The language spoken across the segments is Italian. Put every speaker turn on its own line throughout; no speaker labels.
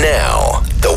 Now, the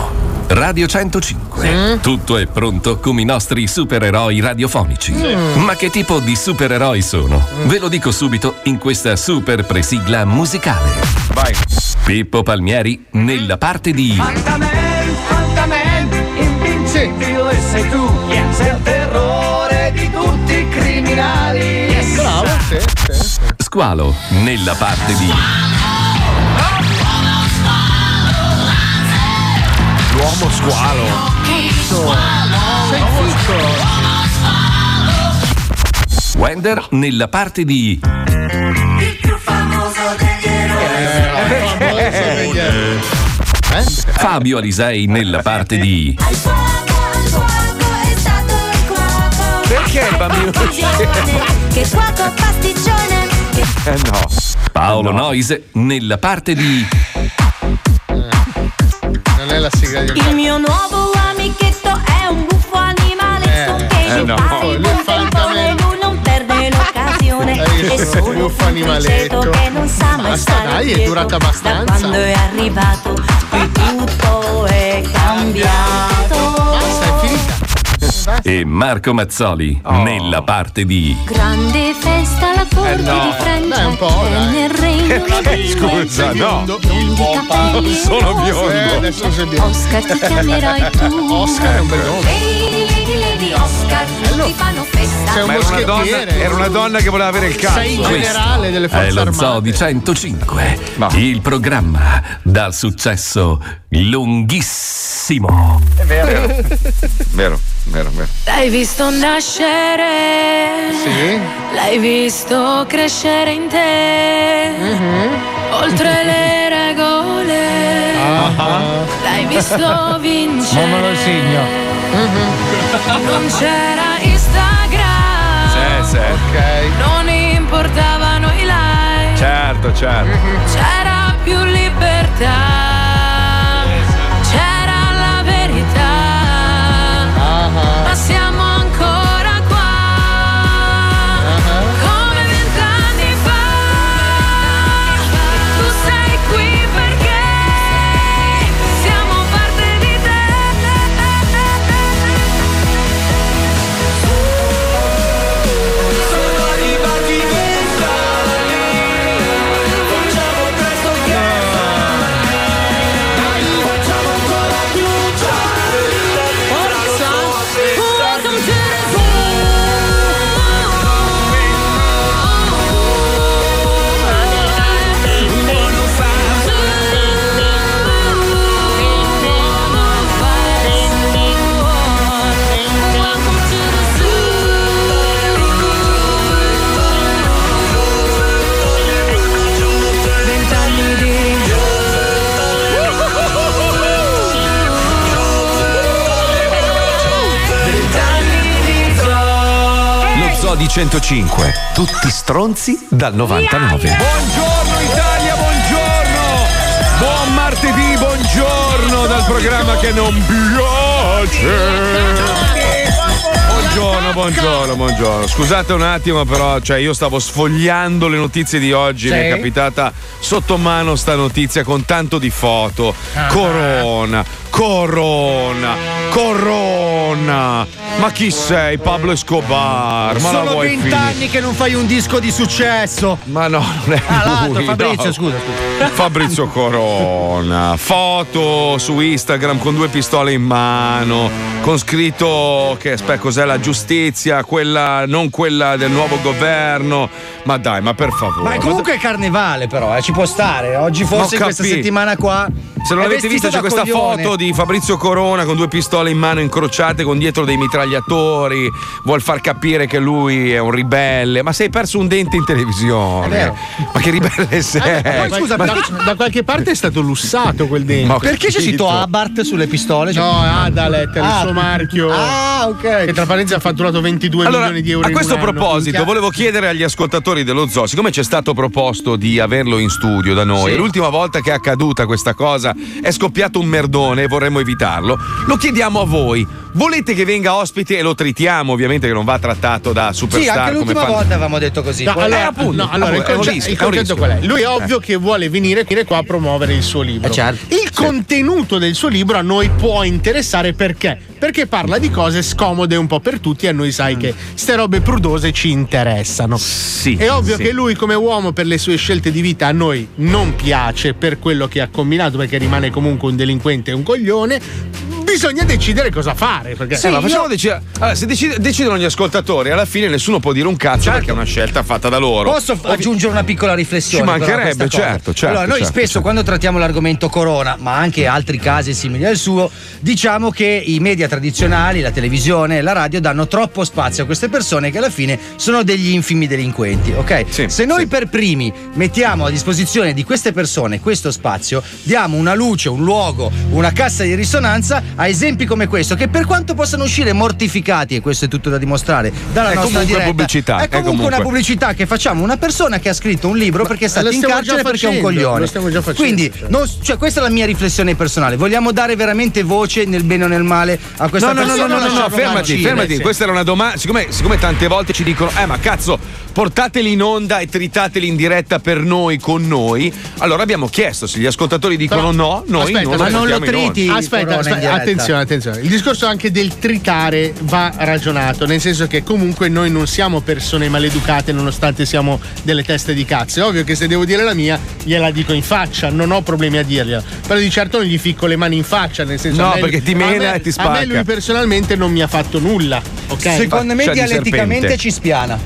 Radio 105. Tutto è pronto come i nostri supereroi radiofonici. Ma che tipo di supereroi sono? Ve lo dico subito in questa super presigla musicale. Vai. Pippo Palmieri nella parte di
Fantamen, Fantamen, invincibile sei tu. Sei il terrore di tutti i criminali. Bravo,
Squalo nella parte di
L'uomo squalo.
Wender nella parte di
Il più famoso degli eroi.
Fabio Alisei nella parte di
Perché il bambino
Che cuoco pasticcione
Eh no.
Paolo Noise nella parte di
Non è la sigla di
Il mio nuovo amichetto è un buffo animaletto
Eh,
Che
eh,
gli
no.
pare
Lui
buon tempone Lui non perde l'occasione
Eh,
È solo un
buffo animaletto.
animaletto che non sa mai
Basta,
stare
dai, è
quieto.
durata
Da
abbastanza.
quando è arrivato qui tutto è cambiato
e Marco Mazzoli nella parte di
Grande festa alla corte
no.
di Francia
Eh, Dai, un po',
è
dai.
Nel regno di
Scusa, no.
Non
sono biondo.
Eh, adesso sei biondo.
Oscar ti chiamerai tu
Oscar è un bel nome. Eh,
Lady, lady, lady Oscar Ti fanno festa
C'è un
Ma era una, donna,
moschettiere.
era una donna che voleva avere il
Sei in
cazzo.
generale
Eh,
Eh,
delle forze
è lo
armate.
Zoo di 105,
Ma-
il programma dal successo lunghissimo.
Vero, vero, vero.
L'hai visto nascere,
Sì?
l'hai visto crescere in te,
Mhm.
oltre le regole, l'hai visto vincere.
Ah. Ma me lo segno.
Mhm.
Non c'era Instagram,
Eh, sì.
Ok.
non importavano i like,
Certo, certo.
c'era più libertà, c'era la verità.
Ah,
Ma siamo ancora qua
Uh-huh.
Come vent'anni fa Tu sei qui perché Siamo parte di te
Sono arrivati vent'anni. Facciamo presto che Dai, facciamo ancora più giorni.
Welcome to the zoo Welcome to the zoo Vent'anni di
Lo Zoo di 105, tutti stronzi dal 99.
Buongiorno Italia, buongiorno. Buon martedì, buongiorno dal programma che non piace. Buongiorno, buongiorno, buongiorno. Scusate un attimo, però, cioè io stavo sfogliando le notizie di oggi. Mi è capitata sotto mano sta notizia con tanto di foto. Corona, corona, Corona! Ma chi sei? Pablo Escobar? Ma la
Sono
vuoi finire?
vent'anni che non fai un disco di successo.
Ma no, non è
Ah, l'altro,
lui,
Fabrizio,
no.
scusa.
Fabrizio Corona, foto su Instagram con due pistole in mano, con scritto che aspetta cos'è la giustizia, quella non quella del nuovo governo. Ma dai, ma per favore.
Ma comunque è carnevale, però, eh, ci può stare. Oggi forse
Ho
questa
capito.
settimana qua.
Se non
è
l'avete
vestito
vista c'è
da
questa
coglione.
foto di Fabrizio Corona con due pistole in mano incrociate con dietro dei mitragliatori, vuol far capire che lui è un ribelle, ma sei perso un dente in televisione. Ma che ribelle sei?
Eh, poi, scusa,
Ma-
da, da qualche parte è stato lussato quel dente.
Ma ho
Perché c'è scritto Abart sulle pistole?
No, Adalet, il
Ah.
suo marchio.
Ah,
Che
ok.
tra parentesi ha fatturato 22
Allora,
milioni di euro.
a
in
questo
un anno.
proposito,
Minchia.
volevo chiedere agli ascoltatori dello zoo, siccome c'è stato proposto di averlo in studio da noi, e l'ultima volta che è accaduta questa cosa è scoppiato un merdone e vorremmo evitarlo, lo chiediamo a voi. Volete che venga ospite e lo tritiamo, ovviamente che non va trattato da
Sì,
superstar
anche
come
l'ultima
fanno-
volta avevamo detto così.
No,
poi-
allora,
Eh, appunto,
no, allora,
appunto, è
il,
un
conce-
rischio, Mm. Eh. è un
il concetto
rischio.
qual è? Lui è ovvio che vuole venire, venire qua a promuovere il suo libro.
Eh, certo.
Il contenuto del suo libro a noi può interessare perché? Perché parla di cose scomode un po' per tutti e a noi sai che ste robe prudose ci interessano.
Mm. Sì.
È ovvio
sì.
che lui come uomo per le sue scelte di vita a noi non piace per quello che ha combinato perché rimane comunque un delinquente e un coglione. Bisogna decidere cosa fare. Perché
Sì, ma facciamo decidere. Allora, se decide- decidono gli ascoltatori, alla fine nessuno può dire un cazzo perché è una scelta fatta da loro.
Posso f- aggiungere una piccola riflessione?
Ci
però a
mancherebbe,
questa cosa?
certo, certo,
Allora, noi
certo,
spesso
certo.
quando trattiamo l'argomento corona, ma anche altri casi simili al suo, diciamo che i media tradizionali, la televisione e la radio danno troppo spazio a queste persone che alla fine sono degli infimi delinquenti, ok?
Sì,
Se noi
sì.
per primi mettiamo a disposizione di queste persone questo spazio, diamo una luce, un luogo, una cassa di risonanza a esempi come questo, che per quanto possano uscire mortificati, e questo è tutto da dimostrare, dalla
È
nostra
comunque
diretta,
pubblicità,
è
è
comunque,
comunque.
una pubblicità che facciamo a una persona che ha scritto un libro perché è
Eh,
stata
lo
in
stiamo
carcere
già
perché è un
facendo,
coglione.
lo stiamo già facendo,
Quindi,
cioè.
non- cioè, questa è la mia riflessione personale. Vogliamo dare veramente voce nel bene o nel male a Ah, questa
No, no, no,
persona?
no, no, no,
Lasciarlo
fermati,
marcire.
fermati. Questa era una domanda. Siccome, siccome tante volte ci dicono, eh, ma cazzo, portateli in onda e tritateli in diretta per noi, con noi. Allora abbiamo chiesto se gli ascoltatori dicono
Però-
no, noi
aspetta,
non
ma non
portiamo
lo
in onda.
triti?
Aspetta,
Corona in
aspetta,
diretta.
attenzione, attenzione. Il discorso anche del tritare va ragionato, nel senso che comunque noi non siamo persone maleducate nonostante siamo delle teste di cazzo. È ovvio che se devo dire la mia, gliela dico in faccia, non ho problemi a dirgliela. Però di certo non gli ficco le mani in faccia, nel senso
No,
a me-
perché ti
a
mena
me-
e ti
A
spacca.
me lui personalmente non mi ha fatto nulla, ok?
Secondo me,
Cioè,
Faccia Cioè, di
dialetticamente
serpente.
ci spiana.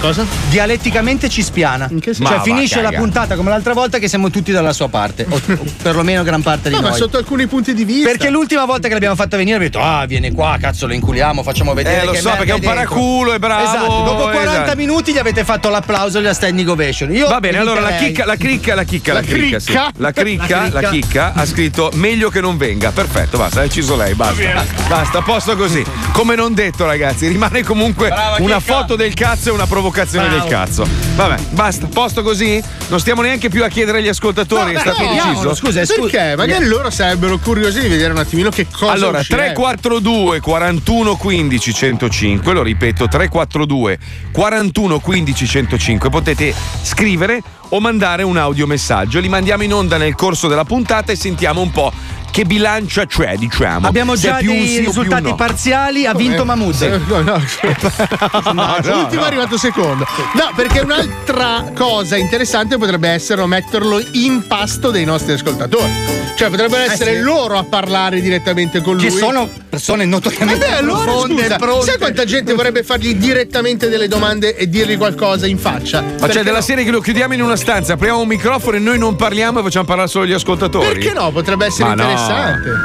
cosa?
Dialetticamente ci spiana.
In che senso?
Cioè,
Ma va,
finisce la
caga.
puntata come l'altra volta che siamo tutti dalla sua parte, o, o perlomeno gran parte di
No, ma
noi.
sotto alcuni punti di vista.
Perché l'ultima volta che l'abbiamo fatta venire, abbiamo detto: Ah, viene qua, cazzo, lo inculiamo, facciamo vedere.
Eh, lo
che
so,
merda
perché è un
dentro."
paraculo, è bravo,
Esatto. Dopo 40
esatto.
minuti gli avete fatto l'applauso e la standing ovation. Io
Va bene, allora la
eviterei-
chicca, la chicca, la chicca, la, cricca, sì.
cricca.
la cricca,
La
la chicca ha scritto meglio che non venga. Perfetto, basta, ha deciso lei, basta. Basta, a posto così. Come non detto, ragazzi, rimane comunque una foto del cazzo e una provocazione del cazzo. Vabbè, basta, posto così? Non stiamo neanche più a chiedere agli ascoltatori, è stato
chiediamolo,
deciso.
scusa, scusa.
Perché? Magari loro sarebbero curiosi di vedere un attimino che cosa
Allora,
uscirebbe.
342 41 15 105, lo ripeto, 342 41 15 105, potete scrivere o mandare un audiomessaggio, li mandiamo in onda nel corso della puntata e sentiamo un po' che bilancia c'è, diciamo.
Abbiamo
Se è
già
più un
dei
sì o più un
risultati
no.
parziali, ha vinto Mahmood.
Eh, No, no, no, l'ultimo è arrivato secondo. No, perché un'altra cosa interessante potrebbe essere metterlo in pasto dei nostri ascoltatori. Cioè, potrebbero essere
Eh, sì.
loro a parlare direttamente con lui.
Ci sono persone
Eh
notoriamente
beh, allora
profonde e
scusa,
pronte.
sai quanta gente vorrebbe fargli direttamente delle domande e dirgli qualcosa in faccia?
Ma
Perché
c'è della
no?
serie che lo chiudiamo in una stanza, apriamo un microfono e noi non parliamo e facciamo parlare solo gli ascoltatori.
Perché no? Potrebbe essere
Ma no.
interessante.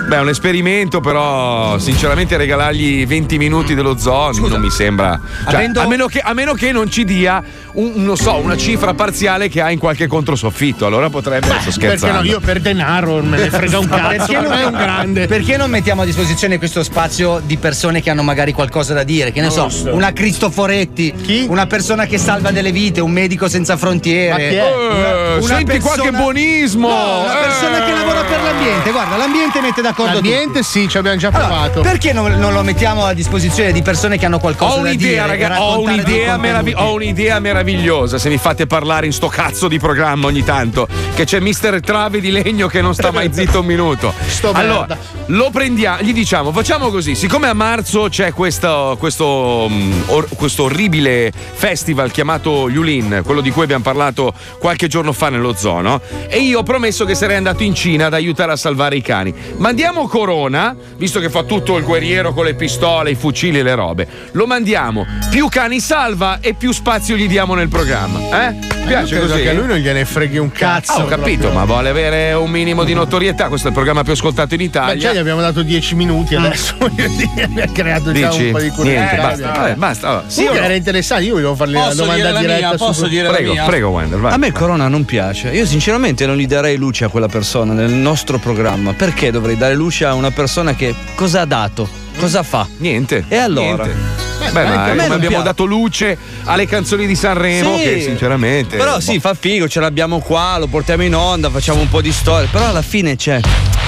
Beh, è un esperimento, però sinceramente regalargli 20 minuti dello zoo non mi sembra. Cioè,
avendo-
a, meno che, a meno che non ci dia un- non so, una cifra parziale che ha in qualche controsoffitto, allora potrebbe. Sto
Perché
scherzando.
no? Io per denaro me ne frega un cazzo.
Perché non,
non è un grande.
perché non mettiamo a disposizione questo spazio di persone che hanno magari qualcosa da dire? Che ne so, una Cristoforetti,
Chi?
una persona che salva delle vite, un medico senza
Ma chi
frontiere.
è?
Eh,
una
senti
persona-
qua che buonismo!
No, una
Eh.
persona che lavora per l'ambiente. Guarda, l'ambiente mette d'accordo tutti.
L'ambiente sì, ci abbiamo già
Allora,
provato.
perché non, non lo mettiamo a disposizione di persone che hanno qualcosa
Ho
da
un'idea,
dire?
raga, ho
raccontare dei
un'idea, meravi-
contenuti?
ho un'idea meravigliosa. Se mi fate parlare in sto cazzo di programma ogni tanto, che c'è Mister Travi di legno che non sta mai zitto un minuto.
Sto
allora,
merda.
lo prendiamo, gli diciamo, Facciamo così, siccome a marzo c'è questo, questo, mm, or- questo orribile festival chiamato Yulin, quello di cui abbiamo parlato qualche giorno fa nello zono, e io ho promesso che sarei andato in Cina ad aiutare a salvare i cani. Mandiamo Corona, visto che fa tutto il guerriero con le pistole, i fucili e le robe, lo mandiamo. Più cani salva e più spazio gli diamo nel programma. Eh? Ti Piace
Io credo
così?
Che a lui non gliene freghi un cazzo.
Ah, ho capito, ma vuole avere un minimo di notorietà. Questo è il programma più ascoltato in
Ma
Italia.
già gli abbiamo dato 10 minuti adesso, voglio dire, mi ha creato già
Mm. Dici?
Diciamo un po' di Eh,
Niente,
curiosità.
basta. Vabbè, basta. Allora, sì
Comunque
o no?
era interessante, io volevo farle la
Posso
domanda
dire la
diretta.
mia? Posso dire la
Prego,
mia?
prego, Wender, vai.
A me Corona non piace. Io sinceramente non gli darei luce a quella persona nel nostro programma. Perché dovrei dare luce a una persona che cosa ha dato? Cosa fa?
Niente.
E allora?
Beh, ma
a me
come
non
abbiamo
piace.
dato luce alle canzoni di Sanremo,
Sì.
che sinceramente. boh.
Però sì, fa figo, ce l'abbiamo qua, lo portiamo in onda, facciamo un po' di storia. Però alla fine c'è.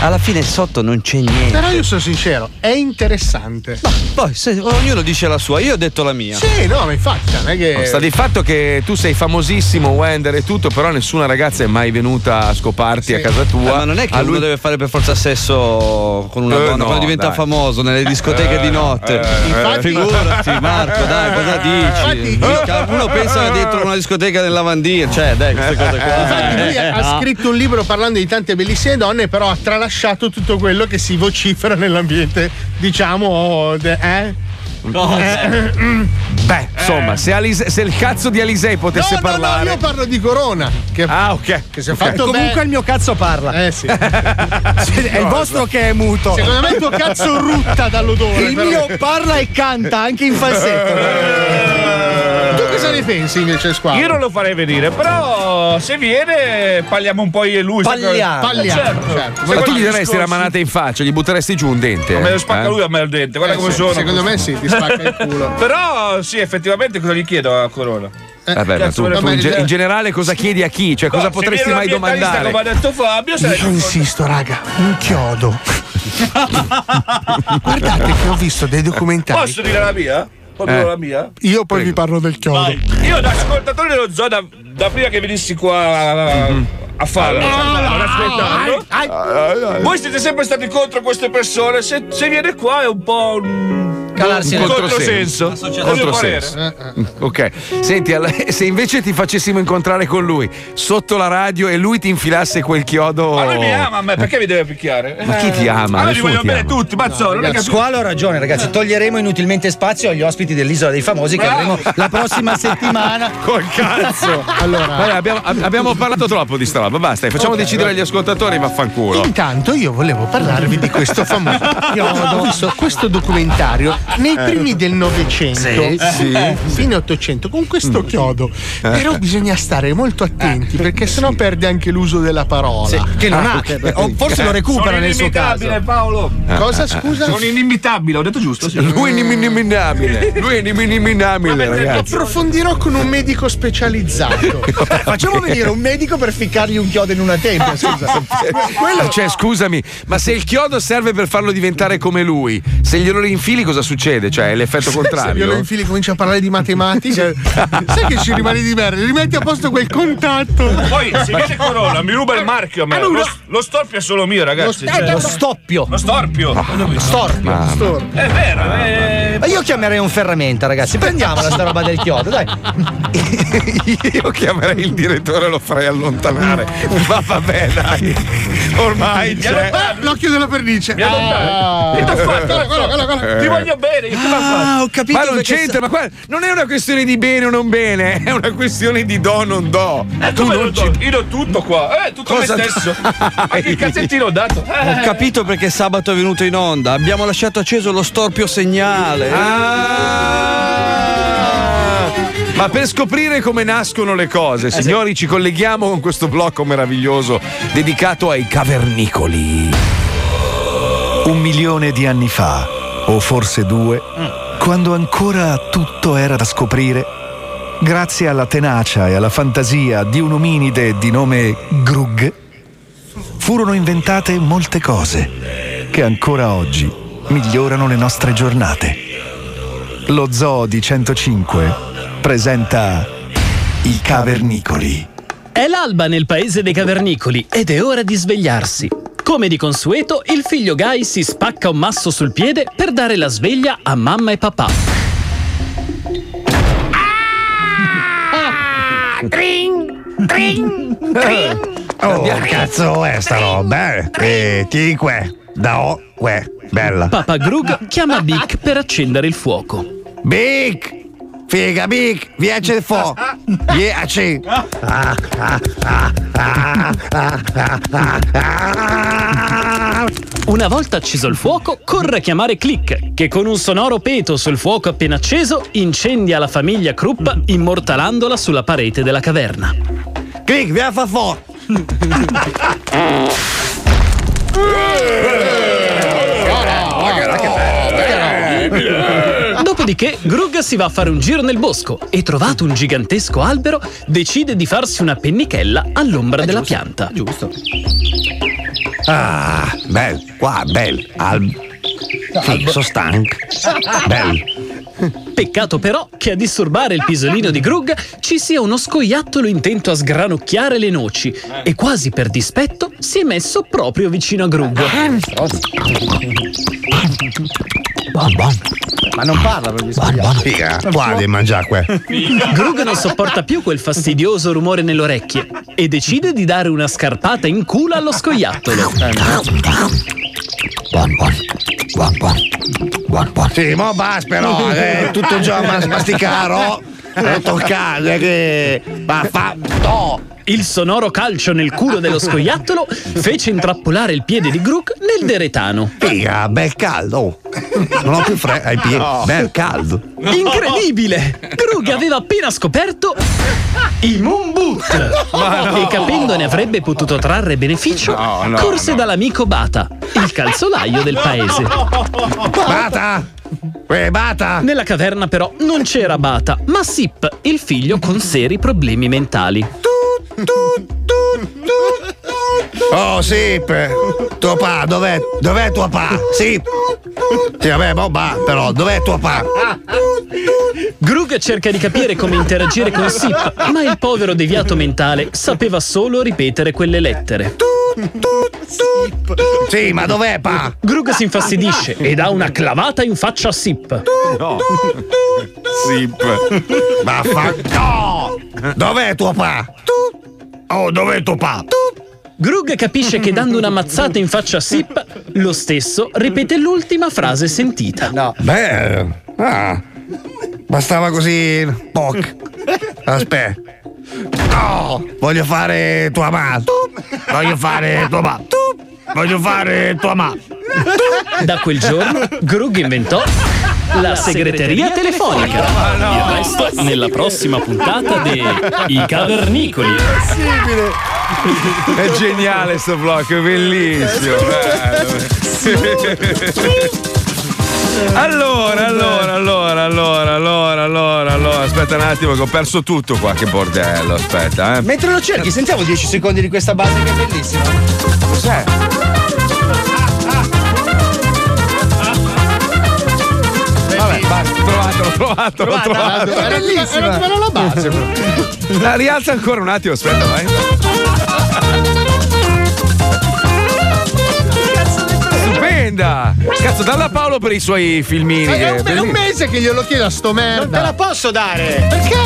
Alla fine sotto non c'è niente.
Però io sono sincero, è interessante.
Poi se- ognuno dice la sua, io ho detto la mia.
Sì, no, ma infatti, eh, non è che.
No, Sta di fatto che tu sei famosissimo, Wender e tutto, però nessuna ragazza è mai venuta a scoparti a casa tua.
Eh, ma non è che
A
uno deve fare per forza sesso con una
Eh,
donna
no,
quando diventa
dai. Eh,
famoso nelle discoteche di notte.
Infatti-
Figurati, Marco, dai, cosa dici? Mica Uno pensa dentro una discoteca del lavandino, cioè, dai, queste cose qua.
Infatti lui
Eh, eh,
ha
ah.
scritto un libro parlando di tante bellissime donne, però ha tralasciato tutto quello che si vocifera nell'ambiente, diciamo, de- eh? Eh, mm.
Beh, insomma, se, Alise- se il cazzo di Alisei
No,
potesse
no,
parlare.
no, io parlo di Corona. Che,
Ah, ok.
che si è
Ok.
fatto
Comunque il mio cazzo parla.
bene. Eh sì.
È il vostro che è muto.
Secondo me il tuo cazzo rutta dall'odore.
Il
però.
mio parla e canta anche in falsetto.
Tu cosa ne pensi invece, Squalo?
Eh. Io non lo farei venire, però se viene parliamo un po' io e lui.
Parliamo.
Parliamo,
Eh, certo.
certo.
Ma tu
Secondo
gli
me
daresti la
discorsi-
manata in faccia, gli butteresti giù un dente.
Me lo
eh?
spacca lui a me il dente, guarda
Eh,
come
se-
sono.
Secondo me sì, ti spacca il culo.
Però sì, effettivamente cosa gli chiedo a Corona?
Eh,
Vabbè, ma
Cazzo,
tu,
me lo
tu
fai
in, ge-
vedere.
in generale cosa chiedi a chi? Cioè, cosa
No, se
potresti
viene
mai
un ambientalista,
domandare?
Come ha detto Fabio,
Io
sarebbe
insisto, raga, un chiodo. Guardate che ho visto dei documentari.
Posso dire la mia? Posso
Eh.
dire la mia?
Io poi vi parlo del chiodo.
Vai. Io da ascoltatore dello zoo, da, da prima che venissi qua
Mhm.
a farlo, stavo aspettando. Voi siete sempre stati contro queste persone, se, se viene qua è un po' un,
Calarsi
un
nel-
controsenso. a mio
Controsenso.
parere.
Eh,
Ok, senti, alla- se invece ti facessimo incontrare con lui sotto la radio e lui ti infilasse quel chiodo.
Ma lui mi ama a me, perché mi deve picchiare?
Oh. Ma chi ti ama?
Ma noi li
Nessuno
vogliono
ti
bene
ama.
tutti, mazzo, non è che
Squalo ha ragione, ragazzi. Toglieremo inutilmente spazio agli ospiti dell'isola dei famosi che
Bravo.
avremo la prossima settimana.
Col cazzo!
Allora-
Vabbè, abbiamo, ab- abbiamo parlato troppo di sta roba, basta, facciamo decidere agli ascoltatori, vaffanculo.
Intanto io volevo parlarvi di questo famoso chiodo. Ho visto questo documentario nei
Eh.
primi del Novecento, eh, fine Ottocento, con
Mm.
questo chiodo.
Eh.
Però bisogna stare molto attenti perché sennò perde anche l'uso della parola. Ah. Eh,
Che non
Ah,
ha,
cioè,
o
eh.
forse lo recupera
sono
nel suo caso.
inimitabile, Paolo.
Ah,
Cosa scusa?
Sono inimitabile, ho detto giusto? Sì.
Lui è inimminabile, lui è inimminabile, ragazzi.
Approfondirò con un medico specializzato.
Facciamo venire un medico per ficcargli un chiodo in una tempia, scusa.
Cioè, scusami, ma se il chiodo serve per farlo diventare come lui, se glielo rinfili cosa succede? Cioè, è l'effetto
Se io lo
contrario.
infili comincia a parlare di matematica, sai che ci rimani di merda? Rimetti a posto quel contatto.
Poi se viene Corona mi ruba il marchio a me. Lo, lo storpio è solo mio, ragazzi. Ah, Cioè, Lo,
Lo stoppio.
lo storpio.
Ah,
Eh,
Storpio.
È vero, è...
Ma io chiamerei un ferramenta, ragazzi. Prendiamola sta roba del chiodo, dai.
Io chiamerei il direttore e lo farei allontanare. Ma vabbè, dai, ormai c'è.
Ah, l'occhio della pernice.
Mi ha lontanato. Che t'ho fatto? Ah. Guarda, guarda, guarda, guarda. Ah, Ti voglio bene. Che t'ho fatto?
Ah,
ho capito.
Ma non c'entra, ma qua non è una questione di bene o non bene, è una questione di do o non do.
Eh, come lo do? Io do tutto qua. Eh, tutto
Cosa
me stesso. Anche il cazzettino ho dato. Eh.
Ho capito perché sabato è venuto in onda. Abbiamo lasciato acceso lo storpio segnale.
Ah! Ma per scoprire come nascono le cose, signori, ci colleghiamo con questo blocco meraviglioso dedicato ai cavernicoli.
Un milione di anni fa, o forse due, quando ancora tutto era da scoprire, grazie alla tenacia e alla fantasia di un ominide di nome Grug, furono inventate molte cose che ancora oggi migliorano le nostre giornate. Lo Zoo di 105 presenta i cavernicoli.
È l'alba nel paese dei cavernicoli ed è ora di svegliarsi. Come di consueto, il figlio Guy si spacca un masso sul piede per dare la sveglia a mamma e papà.
Ah, Tring, tring, tring.
Oh, che cazzo è sta roba? eh? Eh, tieni qua. Da o, qua. Bella.
Papà Grug chiama Bic per accendere il fuoco.
Bic! Figa, Bic! Via c'è il fuoco! Via c'è!
Una volta acceso il fuoco, corre a chiamare Click, che con un sonoro peto sul fuoco appena acceso incendia la famiglia Krupp immortalandola sulla parete della caverna.
Click, via fa fuoco!
Dopodiché Grug si va a fare un giro nel bosco e trovato un gigantesco albero decide di farsi una pennichella all'ombra della pianta. Eh, Giusto.
Ah, bel, qua, bel, al. Sì, sono stanco. Bel.
Peccato però che a disturbare il pisolino di Grug ci sia uno scoiattolo intento a sgranocchiare le noci
Eh.
e quasi per dispetto si è messo proprio vicino a Grug.
Ma non parla per gli eh.
Figa, qua devi mangiare qua.
Grug non sopporta più quel fastidioso rumore nelle orecchie e decide di dare una scarpata in culo allo scoiattolo.
Buon, buon. Buon, buon. Sì, ma basta però, eh, tutto il giorno a oh. masticaro. Non toccare che. Ma fa. No!
Il sonoro calcio nel culo dello scoiattolo fece intrappolare il piede di Grug nel deretano.
Figa, bel caldo! Non ho più freddo ai piedi.
No.
Bel caldo.
Incredibile! Grug aveva appena scoperto i Moon Boot
Ma no.
e capendo ne avrebbe potuto trarre beneficio,
no,
corse dall'amico Bata, il calzolaio del paese.
Bata! Eh, Bata!
Nella caverna però non c'era Bata, ma Sip, il figlio con seri problemi mentali.
Oh, Sip! Tuo pa, dov'è? Dov'è tuo pa? Sip! Sì, vabbè, ma va, però, dov'è tuo pa?
Grug cerca di capire come interagire con Sip, ma il povero deviato mentale sapeva solo ripetere quelle lettere.
Sì, ma dov'è pa?
Grug si infastidisce e dà una clavata in faccia a Sip.
No. Sip.
Ma fa. No! Dov'è tuo pa? Oh, dov'è tuo pa?
Grug capisce che dando una mazzata in faccia a Sip, lo stesso ripete l'ultima frase sentita.
Beh, ah, bastava così. Poc. Aspetta. No! Oh, Voglio fare tua ma. Voglio fare tua ma. Voglio fare tua ma.
Da quel giorno Grug inventò la segreteria telefonica.
Ah,
Il resto nella prossima puntata di I Cavernicoli.
È geniale sto blocco, è bellissimo. bello. Allora, allora, allora, allora, allora, allora, allora, aspetta un attimo che ho perso tutto qua, che bordello, aspetta, eh.
Mentre lo cerchi, sentiamo 10 secondi di questa base che è bellissima.
Cos'è? Vabbè, basta, trovato, l'ho trovato, l'ho
Guarda,
trovato.
era bellissima. Era bella la base.
La rialza ancora un attimo, aspetta, vai. Stupenda! Cazzo, dalla Paolo per i suoi filmini.
È
che-
un, è un mese che glielo chiedo a sto merda. Non te la posso dare. Perché?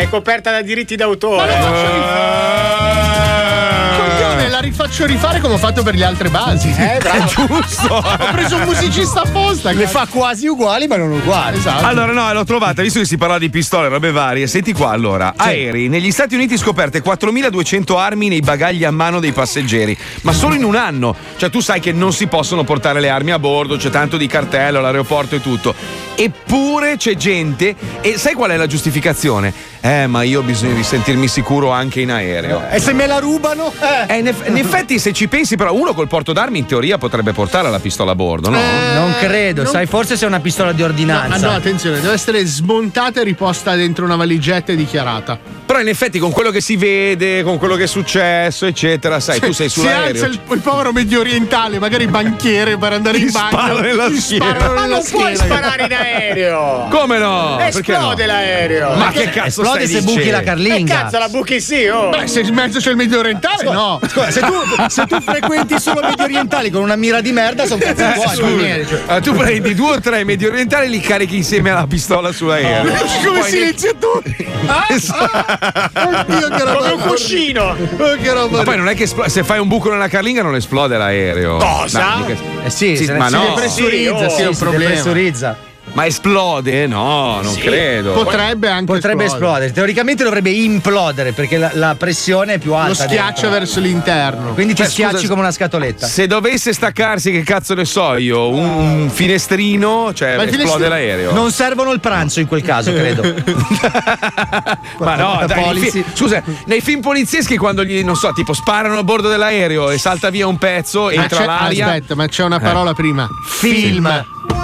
È coperta da diritti d'autore. Eh. Coglione, la rifaccio rifare come ho fatto per le altre basi.
Eh, bravo. È
giusto. ho preso un musicista apposta. Le fa quasi uguali, ma non uguali. Esatto.
Allora, no, l'ho trovata, visto che si parla di pistole e robe varie. Senti qua, allora. Aerei. Negli Stati Uniti scoperte 4200 armi nei bagagli a mano dei passeggeri. Ma solo in un anno. Cioè, tu sai che non si possono portare le armi a bordo, c'è tanto di cartello all'aeroporto e tutto. Eppure c'è gente. E sai qual è la giustificazione? Eh, ma io ho bisogno di sentirmi sicuro anche in aereo.
E se me la rubano?
Eh, in, eff- in effetti, se ci pensi, però, uno col porto d'armi in teoria potrebbe portare la pistola a bordo, no?
non credo,
Eh, non-
sai, forse se è una pistola di
Ah,
ordinanza.
no, attenzione, deve essere smontata e riposta dentro una valigetta e dichiarata.
Però in effetti con quello che si vede, con quello che è successo, eccetera, sai, tu sei
Cioè, si alza
sull'aereo.
il, il povero medio orientale, magari banchiere per andare
Gli
in bagno.
sparo nella
gli
schiena.
sparano
Ma
nella
non puoi
schiena.
sparare in aereo. Come no? Perché no?
l'aereo.
Ma che cazzo
Lode se buchi la carlinga.
Eh, cazzo, la buchi sì, oh. Beh, se in mezzo c'è il medio orientale, no.
Scusa, se tu, se tu frequenti solo medio orientali con una mira di merda, sono cazzi
Eh,
tuoi.
scusa.
non miei, cioè.
Ah, tu prendi due o tre medio orientali e li carichi insieme alla pistola
Eh,
sull'aereo.
Come
Poi
silenzio tutti. Oddio, che roba.
Come un
cuscino. Oh, che roba.
Ma poi non è che esplo- se fai un buco nella carlinga non esplode l'aereo.
Cosa?
Dai, mica-
Eh sì, se-
ma
si
no.
depressurizza, sì, si depressurizza.
Ma esplode? No, non
Sì.
credo.
anche
Potrebbe
esplodere.
esplodere. Teoricamente dovrebbe implodere perché la, la pressione è più alta.
Lo schiaccia
dentro.
verso l'interno.
Quindi ti
Beh,
schiacci
scusa,
come una scatoletta.
Se dovesse staccarsi, che cazzo ne so io, un finestrino, cioè
Ma il
esplode
finestrino-
l'aereo.
Non servono il pranzo in quel caso, credo.
Ma no, dai, nei fi-
Polizi.
scusa, nei film polizieschi quando gli, non so, tipo sparano a bordo dell'aereo e salta via un pezzo,
Ma
entra
Ah, c'è-
l'aria.
Aspetta, ma c'è una parola
Eh.
prima. Film.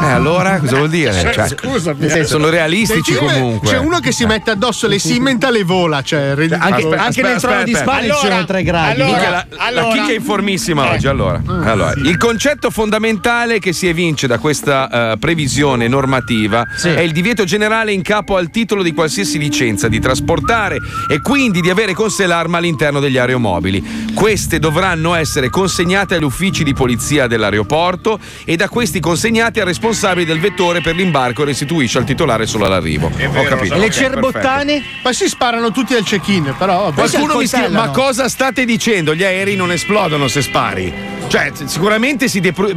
Eh, allora cosa vuol dire?
Cioè,
Cioè,
scusami,
nel senso, sono realistici
Nel film
comunque. Eh.
C'è uno che si mette addosso le Simmental e vola, cioè ridicolo.
Anche- Aspetta, anche nel aspetta, Trono di aspetta. Spade c'erano
tre
Minchia,
eh,
la, la chicca è informissima oggi. Allora, Allora, il concetto fondamentale che si evince da questa eh, previsione normativa è il divieto generale in capo al titolo di qualsiasi licenza di trasportare e quindi di avere con sé l'arma all'interno degli aeromobili. Queste dovranno essere consegnate agli uffici di polizia dell'aeroporto e da questi consegnate al responsabile del vettore per l'imbarco e restituisce al titolare solo all'arrivo. Ho capito. Ok, perfetto.
Poi si sparano tutti al check-in, però. vabbè.
Qualcuno mi scrive, ma cosa state dicendo? Gli aerei non esplodono se spari. Cioè, s- sicuramente si depru-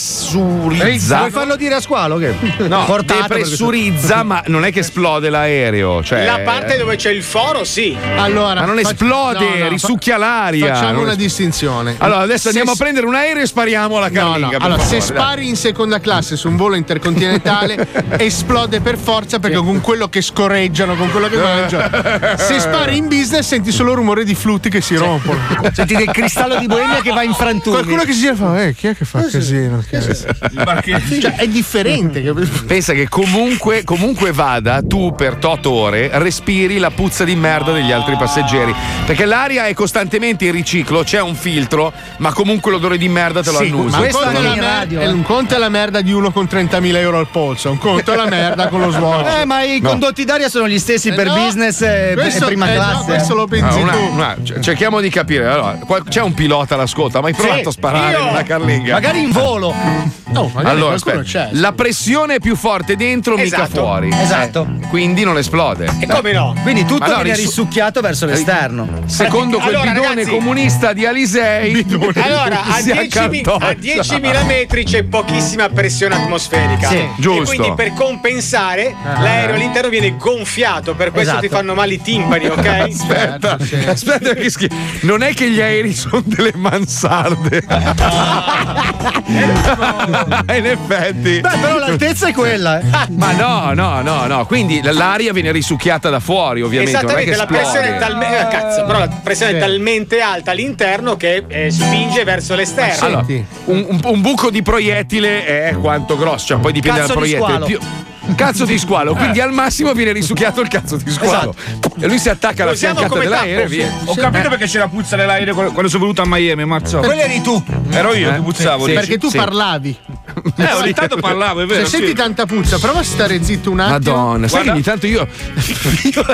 depressurizza.
Vuoi farlo dire a squalo? Che?
No,
Portato per questo-
depressurizza, ma non è che esplode l'aereo. Cioè,
La parte dove c'è il foro, sì.
Allora,
Ma non
fac-
esplode,
no, no, fa-
risucchia l'aria.
Facciamo
Non
una
es-
distinzione.
Allora, adesso
Se
andiamo
s-
a prendere un aereo e spariamo alla
No,
carlinga.
no.
per
Allora, se
favore, dai.
spari in seconda classe su un volo intercontinentale, esplode per forza perché con quello che scorreggiano, con quello che mangia. Se spari in business, senti solo il rumore di flutti che si rompono.
Senti del cristallo di Boemia che va in frantumi.
Qualcuno che si gira e fa, eh, chi è che fa casino? Chi è che-" Cioè, è differente. capito?
Pensa che comunque, comunque vada, tu per tot ore respiri la puzza di merda degli altri passeggeri. Perché l'aria è costantemente in riciclo, c'è un filtro, ma comunque l'odore di merda te lo annusa.
ma un conto è la mer- è
eh.
un conto è la merda di uno con 30.000 euro al polso, un conto è la merda con lo svolto.
Eh, ma i condotti d'aria sono gli stessi
Eh
per
no,
business e,
questo-
e prima
eh no,
classe.
questo lo
Ah, una- una- c- cerchiamo di capire. Allora, qual- c'è un pilota all'ascolto, ma hai provato
Sì,
a sparare
io.
con la carlinga?
Magari in volo.
magari
allora,
qualcuno
aspetta.
c'è,
la pressione è più forte dentro, mica
Esatto,
fuori.
esatto.
Eh, Quindi non esplode.
E come no? Quindi tutto
Ma no,
viene
risu- Eh,
risucchiato verso l'esterno.
Secondo quel
Allora,
bidone
ragazzi-
comunista di Alisei.
Allora, a,
si
10.000 a
accartoccia.
10.000 metri c'è pochissima pressione atmosferica.
Sì, giusto.
E quindi per compensare, l'aereo all'interno viene gonfiato, per questo
Esatto.
ti fanno male i timpani, ok?
Aspetta, aspetta che schi- Non è che gli aerei sono delle
Eh,
mansarde. In effetti.
Beh, però l'altezza è quella, eh.
Ma no, no, no, no. Quindi l- l'aria viene risucchiata da fuori, ovviamente. Non è che
Esattamente, la pressione, è
esplode.
talme- eh, cazzo, però la pressione
Sì.
è talmente alta all'interno che eh, spinge verso l'esterno.
Allora, un, un- un buco di proiettile è quanto grosso, cioè poi dipende
Cazzo
dal
di
proiettile.
squalo.
Più- Cazzo di squalo, quindi al massimo viene risucchiato il cazzo di sguardo. E lui si attacca alla
Usiamo
fiancata
come
dell'aereo e
tappo,
via. Eh.
sì. Ho capito perché c'era puzza nell'aereo quando quando sono venuto a Miami,
Certo.
mazzo.
Quello eri
tu.
Eh,
Ero io che puzzavo.
Sì,
dici?
perché tu
Sì.
parlavi.
Eh, ogni tanto parlavo, è vero.
Se
sì.
senti tanta puzza, prova a stare zitto un attimo.
Madonna, sai che ogni tanto io, io.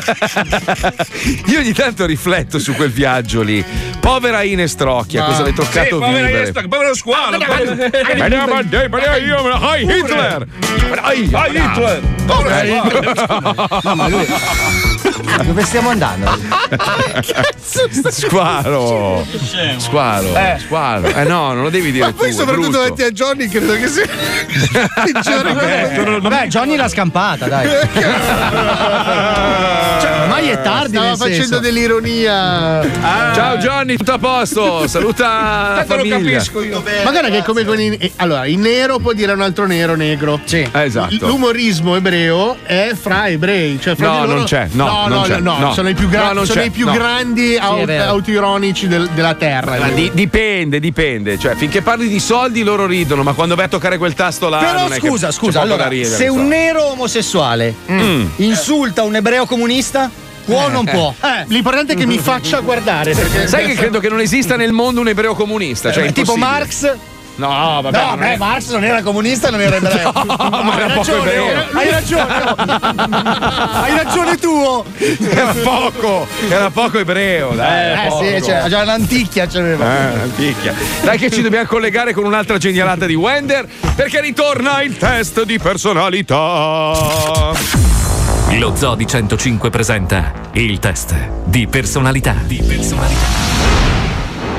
io ogni tanto rifletto su quel viaggio lì. Povera Ines Trocchia, cosa le è
Sì,
toccato
povera
vivere? Eh,
Esta, povero squalo.
Andiamo, andiamo, andiamo, ai Hitler! Ai
Ai Hitler!
No, ma lui- Dove stiamo andando?
Ah, Squalo! Squalo!
Eh.
Squalo! Eh no, non lo devi dire.
Ma poi
tu, è
soprattutto
brutto.
davanti a Johnny credo che sia peggiore
Vabbè, vabbè, Johnny l'ha scampata, dai. Cioè, ormai è tardi,
Stava
nel
facendo
senso. Ah.
dell'ironia.
Ciao Johnny, tutto a posto! Saluta la famiglia.
Ma guarda che è come con i- eh, allora, il nero può dire a un altro nero negro. Sì.
esatto.
L'umorismo ebreo è fra ebrei, cioè fra
No,
di loro-
non c'è, no,
no,
non
no,
c'è,
no,
no.
sono i più, gra-
No, non
sono
c'è,
i più
no.
grandi
Sì, è
au-
vero.
autoironici del- della terra.
Ma di- dipende, dipende. Cioè, finché parli di soldi loro ridono, ma quando vai a toccare quel tasto là.
Però
non è che
scusa,
c'è
scusa,
poco da
allora,
ridere,
se
insomma.
un nero omosessuale
Mm.
insulta un ebreo comunista, può o non
Eh.
può?
Eh, l'importante è che mi faccia guardare. Perché
Sai che credo che non esista nel mondo un ebreo comunista. Cioè, è
tipo
impossibile.
Marx
No, vabbè.
no,
ma non
beh,
è-
Marx non era comunista, non era ebreo.
No, ma era Eh,
hai
poco
ragione,
ebreo.
era- hai ragione. hai ragione tuo.
Era poco, era poco ebreo, dai.
Eh,
poco.
sì,
cioè,
c'era già l'antichia cioè, c'aveva.
Eh, picchia. Dai che ci dobbiamo collegare con un'altra genialata di Wender perché ritorna il test di personalità.
Lo Zoo di 105 presenta il test di personalità. Di personalità.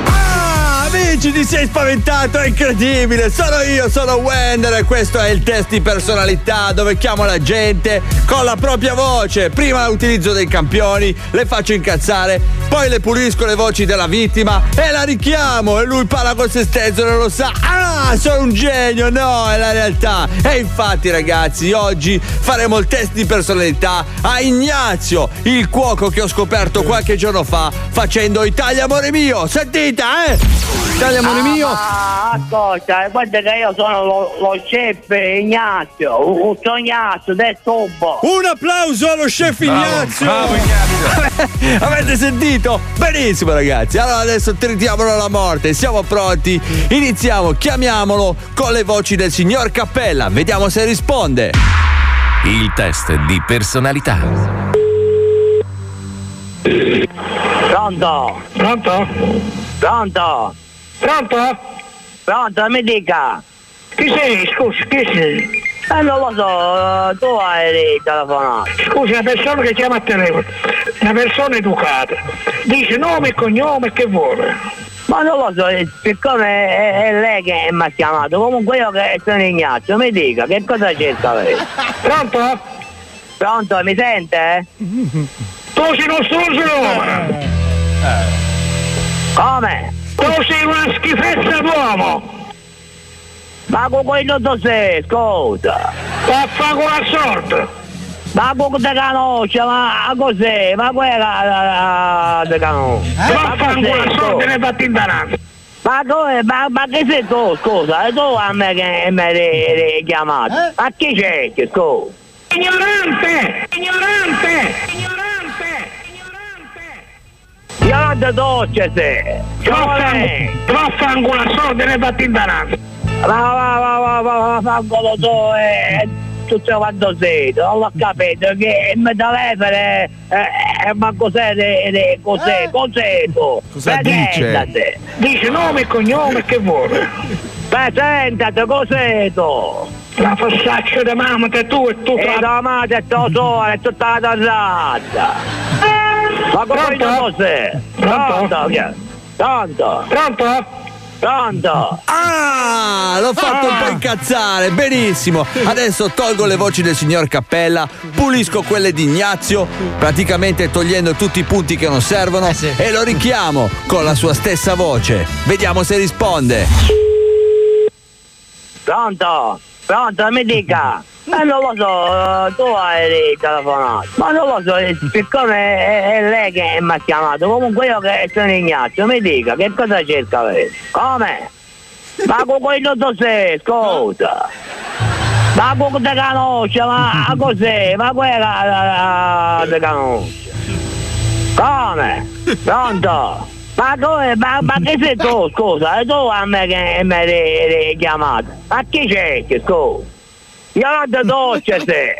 Ah, Amici, ti sei spaventato, è incredibile! Sono io, sono Wender e questo è il test di personalità dove chiamo la gente con la propria voce. Prima utilizzo dei campioni, le faccio incazzare, poi le pulisco le voci della vittima e la richiamo e lui parla con se stesso e non lo sa. Ah, sono un genio, no, è la realtà. E infatti ragazzi, oggi faremo il test di personalità a Ignazio, il cuoco che ho scoperto qualche giorno fa facendo Italia amore mio. Sentite, eh! Italia amore mio.
Ah, ascolta, guarda che io sono lo, lo chef Ignazio, un sognazzo del tubo.
Un applauso allo chef Ignazio! Avete sentito? Benissimo ragazzi, allora adesso tritiamolo alla morte, siamo pronti, iniziamo, chiamiamolo con le voci del signor Cappella, vediamo se risponde.
Il test di personalità.
Pronto? Pronto? Pronto? Pronto? Pronto, mi dica. Chi
Eh,
sei? Scusa, chi sei? Eh non lo so, eh, tu hai telefonato.
Scusi, una persona che chiama a telefono, una persona educata, dice nome e cognome che vuole.
Ma non lo so, eh, siccome è, è- è lei che mi ha chiamato, comunque io che sono Ignazio, mi dica che cosa cerca lei? Pronto? Pronto, mi sente? Tu sei uno stronzo
Eh.
Come? Tu sei una schifezza d'uomo! Ma con quello tu sei, scusa! Vaffanculo a sorte! Ma con te conosce, ma cos'è? Ma quella te conosce?
Vaffanculo a sorte, ne
fatti ma come? eh, Ma, ma che sei tu, scusa? E tu a me che mi hai richiamato? A chi c'è che scusa?
Ignorante! Ignorante!
Io non ti docce se!
Vaffanculo a sorte, ne fatti imparare.
Va va va va va va va va tu e eh, tutto quanto sei, non l'ho capito, che il eh, mio telefono è, è, è ma cos'è, è- è- cos'è, cos'è tu?
Cosa
Presentate.
Eh. Dice nome e cognome che vuole.
Presentate, cos'è tu? Eh,
La fossaccia di mamma, te tu e tu.
E tua madre, e tua sorella, e tutta la tornata!
Eh.
Ma come non cos'è? Pronto? chi è? Pronto? Pronto? Pronto?
Ah, l'ho fatto un po' incazzare, benissimo. Adesso tolgo le voci del signor Cappella, pulisco quelle di Ignazio, praticamente togliendo tutti i punti che non servono e lo richiamo con la sua stessa voce. Vediamo se risponde.
Pronto? Pronto, mi dica. Ma non lo so, eh, tu hai telefonato. Ma non lo so, eh, siccome è, è lei che mi ha chiamato, comunque io che sono Ignazio, mi dica che cosa cerca lei? Come? Ma con quello tu sei, scusa. Ma con te conosce, ma cos'è? Ma quella te conosce. Come? Pronto? Ma come? Ma, ma che sei tu, scusa? E tu a me che mi hai richiamato? A chi c'è che scusa? Io non ti docce se!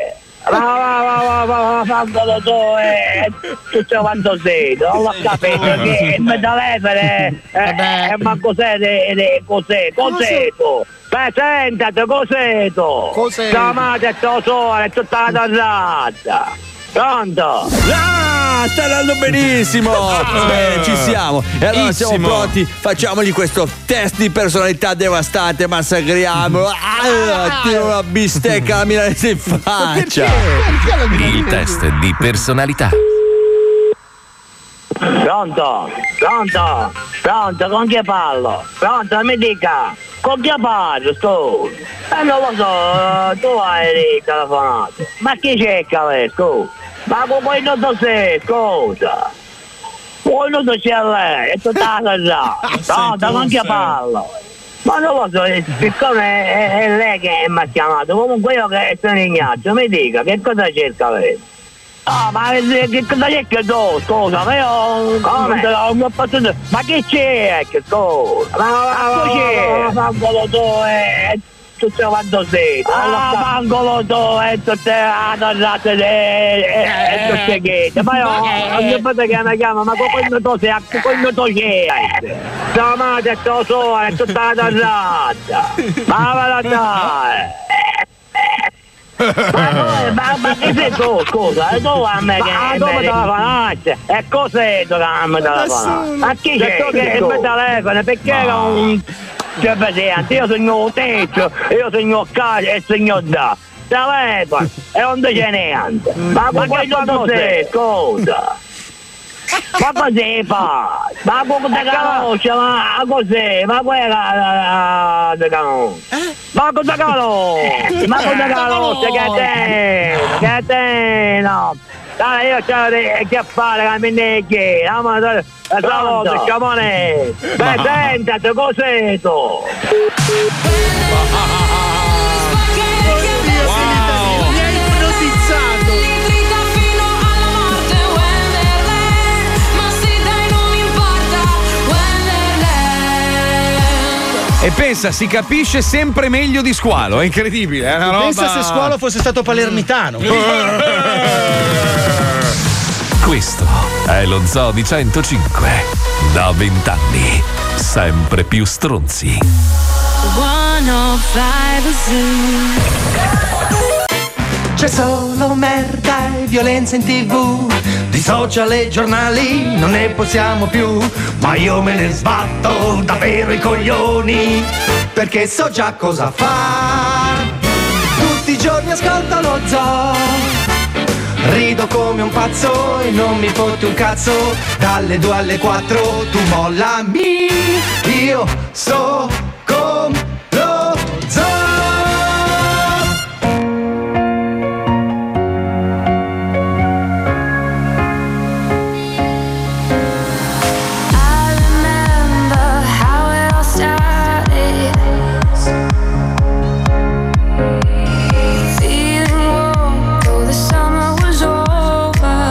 Va va va va va va fanculo tu e tutto quanto sei, non l'ho capito che il mio telefono è, è, è eh, ma cos'è, è- è- cos'è, cos'è tu? Presentate, cos'è tu? Cos'è? Tua madre, tua sorella, e tutta la tornata! Pronto?
Ah, sta andando benissimo! Bene, ci siamo! E allora siamo
Ah. Benissimo.
pronti, facciamogli questo test di personalità devastante, massacriamolo! Ah, tiro una bistecca alla milanese in faccia!
Il test di personalità.
Pronto? Pronto? Pronto? Con chi parlo? Pronto? Mi dica, con chi parlo tu? Eh non lo so, eh, tu hai telefonato. Ma chi cerca lei, scusa? Ma con quel nodo sei, scusa? Con nodo c'è lei, è tutta la cosa. Pronto? Con chi parlo? Ma non lo so, eh, siccome è, è- è lei che mi ha chiamato, comunque io che sono Ignazio, mi dica, che cosa cerca lei? Ah, ma che- che cosa c'è che do? Scusa, ma io non, te- non mi ho passato. Ma che c'è? Che cosa? Ma, ma, ma c'è? Mangoloto è tutto quanto sei. Ah, mangoloto è tutto andato è tutto che. Ma io ogni volta che mi chiama, ma quando tu sei, quando tu c'è? Tua madre è tua sola, è tutta la tornata. Ma va dai! Eh, ma, ma che sei tu, scusa? E tu a me che... Ma ah, dove te la fanaccia? E cos'è tu a me te la fanaccia? Ma chi sei?
Detto che
Che
tu?
per telefono, perché non... Cioè, presidente, io sono un techo, io sono caro e sono da. Telefono, e non c'è neanche. Mm. Ma, ma che quando sei, scusa? Ma cos'è fa? Ma come te conosce? Ma cos'è? Ma quella te conosce? Ma cosa conosce? Ma cosa conosce? Che te? Che te? No! Dai, io c'ho de- che fare la minnecchia! Amore, la salute, sciamone! Beh, sentate, cos'è tu?
Mi hai ipnotizzato.
Ma se dai non mi importa Wonderland
E pensa, si capisce sempre meglio di squalo, è incredibile, è una roba.
Pensa se Squalo fosse stato palermitano.
Eh.
Questo è lo Zoo di 105. Da vent'anni, sempre più stronzi.
105 Zoo
C'è solo merda e violenza in tv Di social e giornali non ne possiamo più Ma io me ne sbatto davvero i coglioni Perché so già cosa far Tutti i giorni ascolto lo zoo Rido come un pazzo e non mi fotti un cazzo Dalle 2 alle 4 tu mollami Io so con lo zoo
I remember how it all started Feeling warm though the summer was over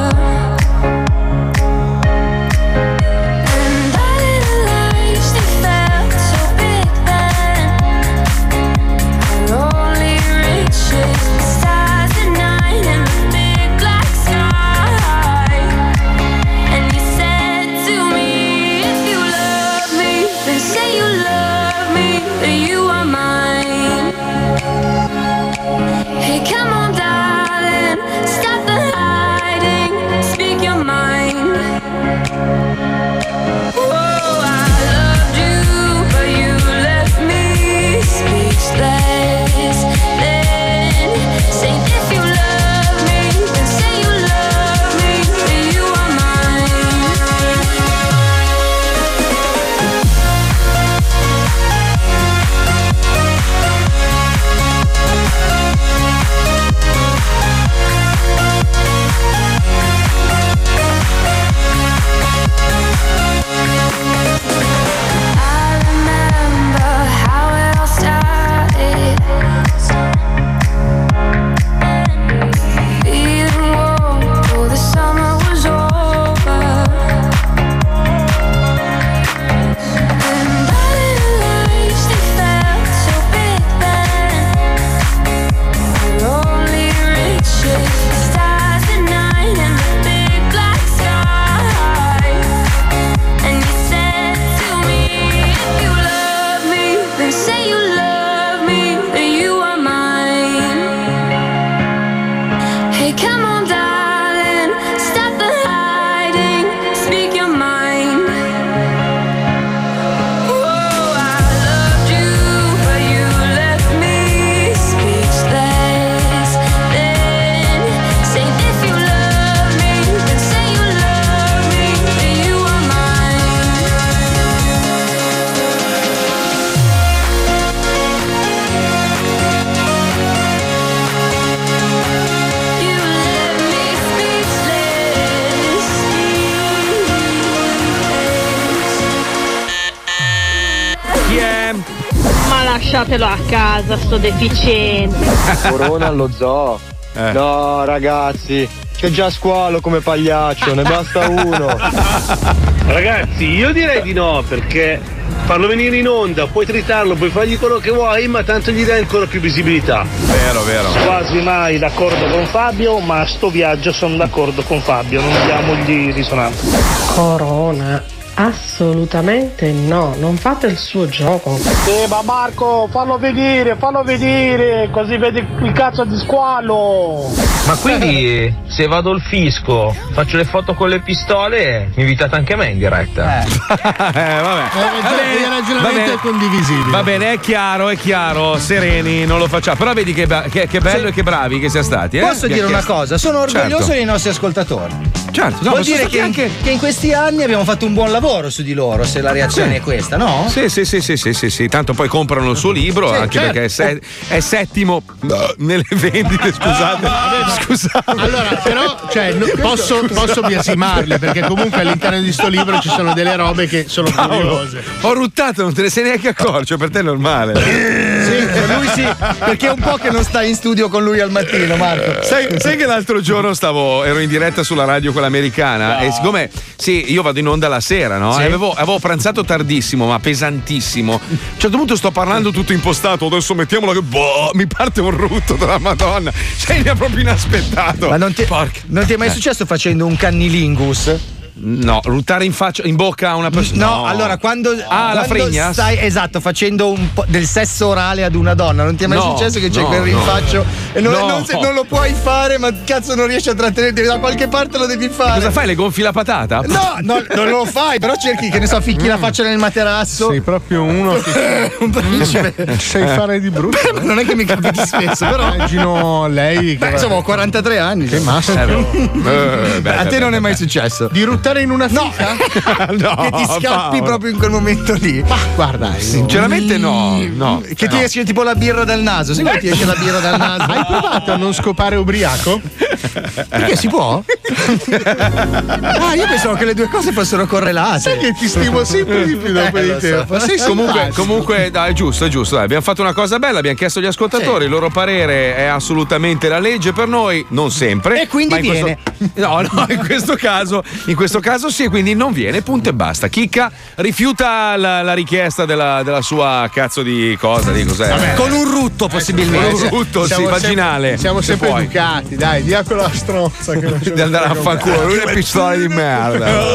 And I realized it felt so big then Our only riches stars at night and the big black sky and you said to me, if you love me, then say you love me, then you are mine. Hey, come on, darling, stop the hiding, speak your mind. Oh, I loved you, but you left me speechless. Then say if you love me, then say you love me, then you are mine. I remember how it all started. Feeling warm though the summer was over. And I realized it felt so big then. Our only riches stars at night and the big black sky. And you said to me, if you love me, then say you love me, then you are mine. Hey, come on, darling, stop the hiding, speak your mind. Oh, I loved you, but you left me speechless. Then say if you love me, then say you love me, then you are mine.
Ma lasciatelo a casa, sto deficiente.
Eh.
Corona allo zoo. No, ragazzi,
C'è già squalo come pagliaccio, ne basta uno.
Ragazzi, io direi di no perché farlo venire in onda, puoi tritarlo, puoi fargli quello che vuoi, ma tanto gli dai ancora più visibilità.
Vero, vero.
Quasi mai d'accordo con Fabio, ma sto viaggio sono d'accordo con Fabio, non diamogli risonanza.
Corona. Assolutamente no, non fate il suo gioco.
Sì, ma Marco, fallo venire, fallo venire, così vedi il cazzo di squalo.
Ma quindi se vado al fisco, faccio le foto con le pistole, mi invitate anche me in
Eh.
diretta.
Eh, vabbè.
Va bene, il ragionamento è condivisibile.
Va bene, è chiaro, è chiaro, sereni, non lo facciamo. Però vedi che, ba- che- che bello e che bravi che siamo stati. eh?
Posso
Mi ha
dire una
chiesto.
cosa? Sono orgoglioso
Certo.
dei nostri ascoltatori.
Certo, no, ma
Vuol
sono
dire
stati
che,
anche- Ah,
che in questi anni abbiamo fatto un buon lavoro su di loro, se la reazione
Sì.
è questa, no?
Sì, sì, sì, sì, sì, sì, sì. Tanto poi comprano il suo libro,
Sì,
anche
certo.
perché è, se- è settimo nelle vendite, scusate. scusate.
Allora, però, cioè, no- posso,
Scusate.
posso biasimarli, perché comunque all'interno di sto libro ci sono delle robe che sono
Paolo,
curiose.
ho ruttato, non te ne sei neanche accorto, cioè per te è normale.
Sì, lui sì, perché è un po' che non stai in studio con lui al mattino, Marco.
Sai, sai che l'altro giorno stavo, ero in diretta sulla radio quella americana
Ah.
e siccome sì, io vado in onda la sera, no?
Sì.
E avevo, avevo pranzato tardissimo, ma pesantissimo. A un certo punto sto parlando tutto impostato, adesso mettiamola che boh, mi parte un rutto della Madonna. Cioè, è proprio inaspettato. Eh.
Ma non ti, non ti è mai successo facendo un cannilingus?
No, ruttare in faccia, in bocca a una persona.
No, allora quando,
Ah, la
quando
fregna?
stai esatto facendo un po' del sesso orale ad una donna, non ti è mai
No,
successo che c'è
no,
quel
no.
rinfaccio e non,
No.
non se- non lo puoi fare, ma cazzo non riesci a trattenerti, da qualche parte lo devi fare.
Cosa fai? Le gonfi la patata?
No, no, non lo fai, però cerchi che ne so, ficchi la faccia nel materasso. Sei
proprio uno
che
sai fare di brutto.
Beh, ma non è che mi capiti spesso, però
Immagino lei.
Beh, insomma, ho 43 anni. Che
maschio.
Eh, beh,
A te
beh,
non
beh,
è mai
beh.
successo. Di ruttare in una fica?
No,
che ti scappi
Paolo.
proprio in quel momento lì. Ma guarda,
Sinceramente no, no.
Che ti
No.
esce tipo la birra dal naso. Sai quando ti esce la birra dal naso?
Hai provato a non scopare ubriaco?
Perché si può? ah, io pensavo che le due cose fossero correlate. Ecco. Sai
che ti stimo sempre di più dopo di te. Ma sei
comunque,
simpatico.
comunque dai, è giusto, è giusto. dai. Abbiamo fatto una cosa bella, abbiamo chiesto agli ascoltatori, il loro parere è assolutamente la legge per noi, non sempre. E
quindi
In questo, no, no, in questo caso, in questo caso sì, quindi non viene, punto e basta. Chicca rifiuta la, la richiesta della, della sua cazzo di cosa, di cos'è?
Eh. Con un rutto possibilmente.
Con un rutto, sì,
Siamo sempre-
vaginale.
Siamo
se
sempre
puoi.
educati, dai, dia quella strozza che non ce
Di
la
andare a
frega un
fanculo, lui è pistola di merda.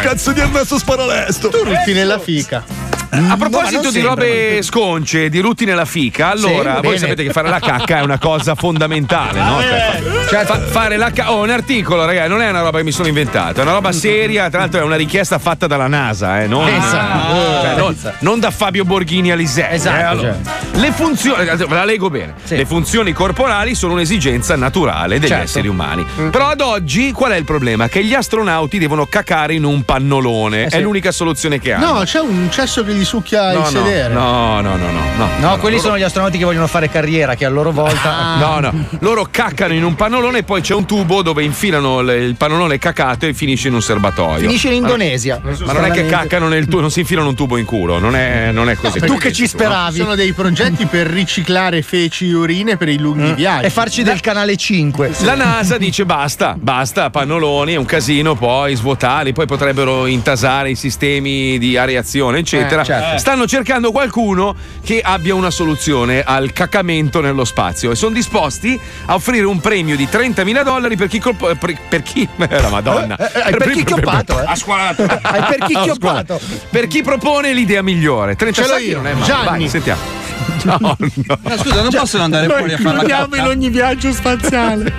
Cazzo di Ernesto Sparalesto.
Eh, Tu rutti nella fica.
Eh,
A
Mm. No, ma
proposito
non
di
sempre,
robe sconce, di rutti nella fica,
Sì,
allora
va
voi
bene. Ah,
sapete che fare la cacca è una cosa fondamentale, no?
eh.
Cioè, fa- fare la cacca. Oh, un articolo, ragazzi, non è una roba che mi sono inventata, è una
Mm.
roba seria. Tra l'altro, è una richiesta fatta dalla NASA, eh, non,
Ah,
Pensa.
cioè, non- non da Fabio Borghini Alisei.
Esatto,
eh, allora.
certo.
Le funzioni, eh, ve la leggo bene. Le funzioni corporali sono un'esigenza naturale degli
Certo.
esseri umani.
Mm.
Però ad oggi qual è il problema? Che gli astronauti devono cacare in un pannolone.
Eh, sì.
È l'unica soluzione che hanno.
No, c'è un cesso che gli
No,
succhia il
no,
sedere.
No, no, no, no. No,
No, quelli sono gli astronauti che vogliono fare carriera, che a loro volta.
No, no, loro caccano in un pannolone e poi c'è un tubo dove infilano le- il pannolone cacato e finisce in un serbatoio.
Finisce in
Ma-
Indonesia.
Ma non è che
Solamente.
caccano nel tubo, non si infilano un tubo in culo, non è, non è così.
Perché Sono dei progetti per riciclare feci e urine per i lunghi viaggi. E
Eh. farci del canale 5.
La NASA dice basta, basta, pannoloni, è un casino, poi svuotali, poi potrebbero intasare i sistemi di areazione, eccetera.
Eh, certo.
Stanno cercando qualcuno che abbia una soluzione al cacamento nello spazio e sono disposti a offrire un premio di 30.000 dollari per chi colpo- per, per chi la Madonna.
eh, per chi chioppato, eh.
Ha squalato.
Eh, per chi
Ha
chioppato.
squalato. Per chi propone l'idea migliore. 30
Ce l'ho
secondi
io.
non è male.
Gianni.
Vai, sentiamo. No, no.
Eh,
Ma scusa,
Cioè,
non possono andare
Noi
fuori a fare la
chiudiamo
cacca?
in ogni viaggio spaziale.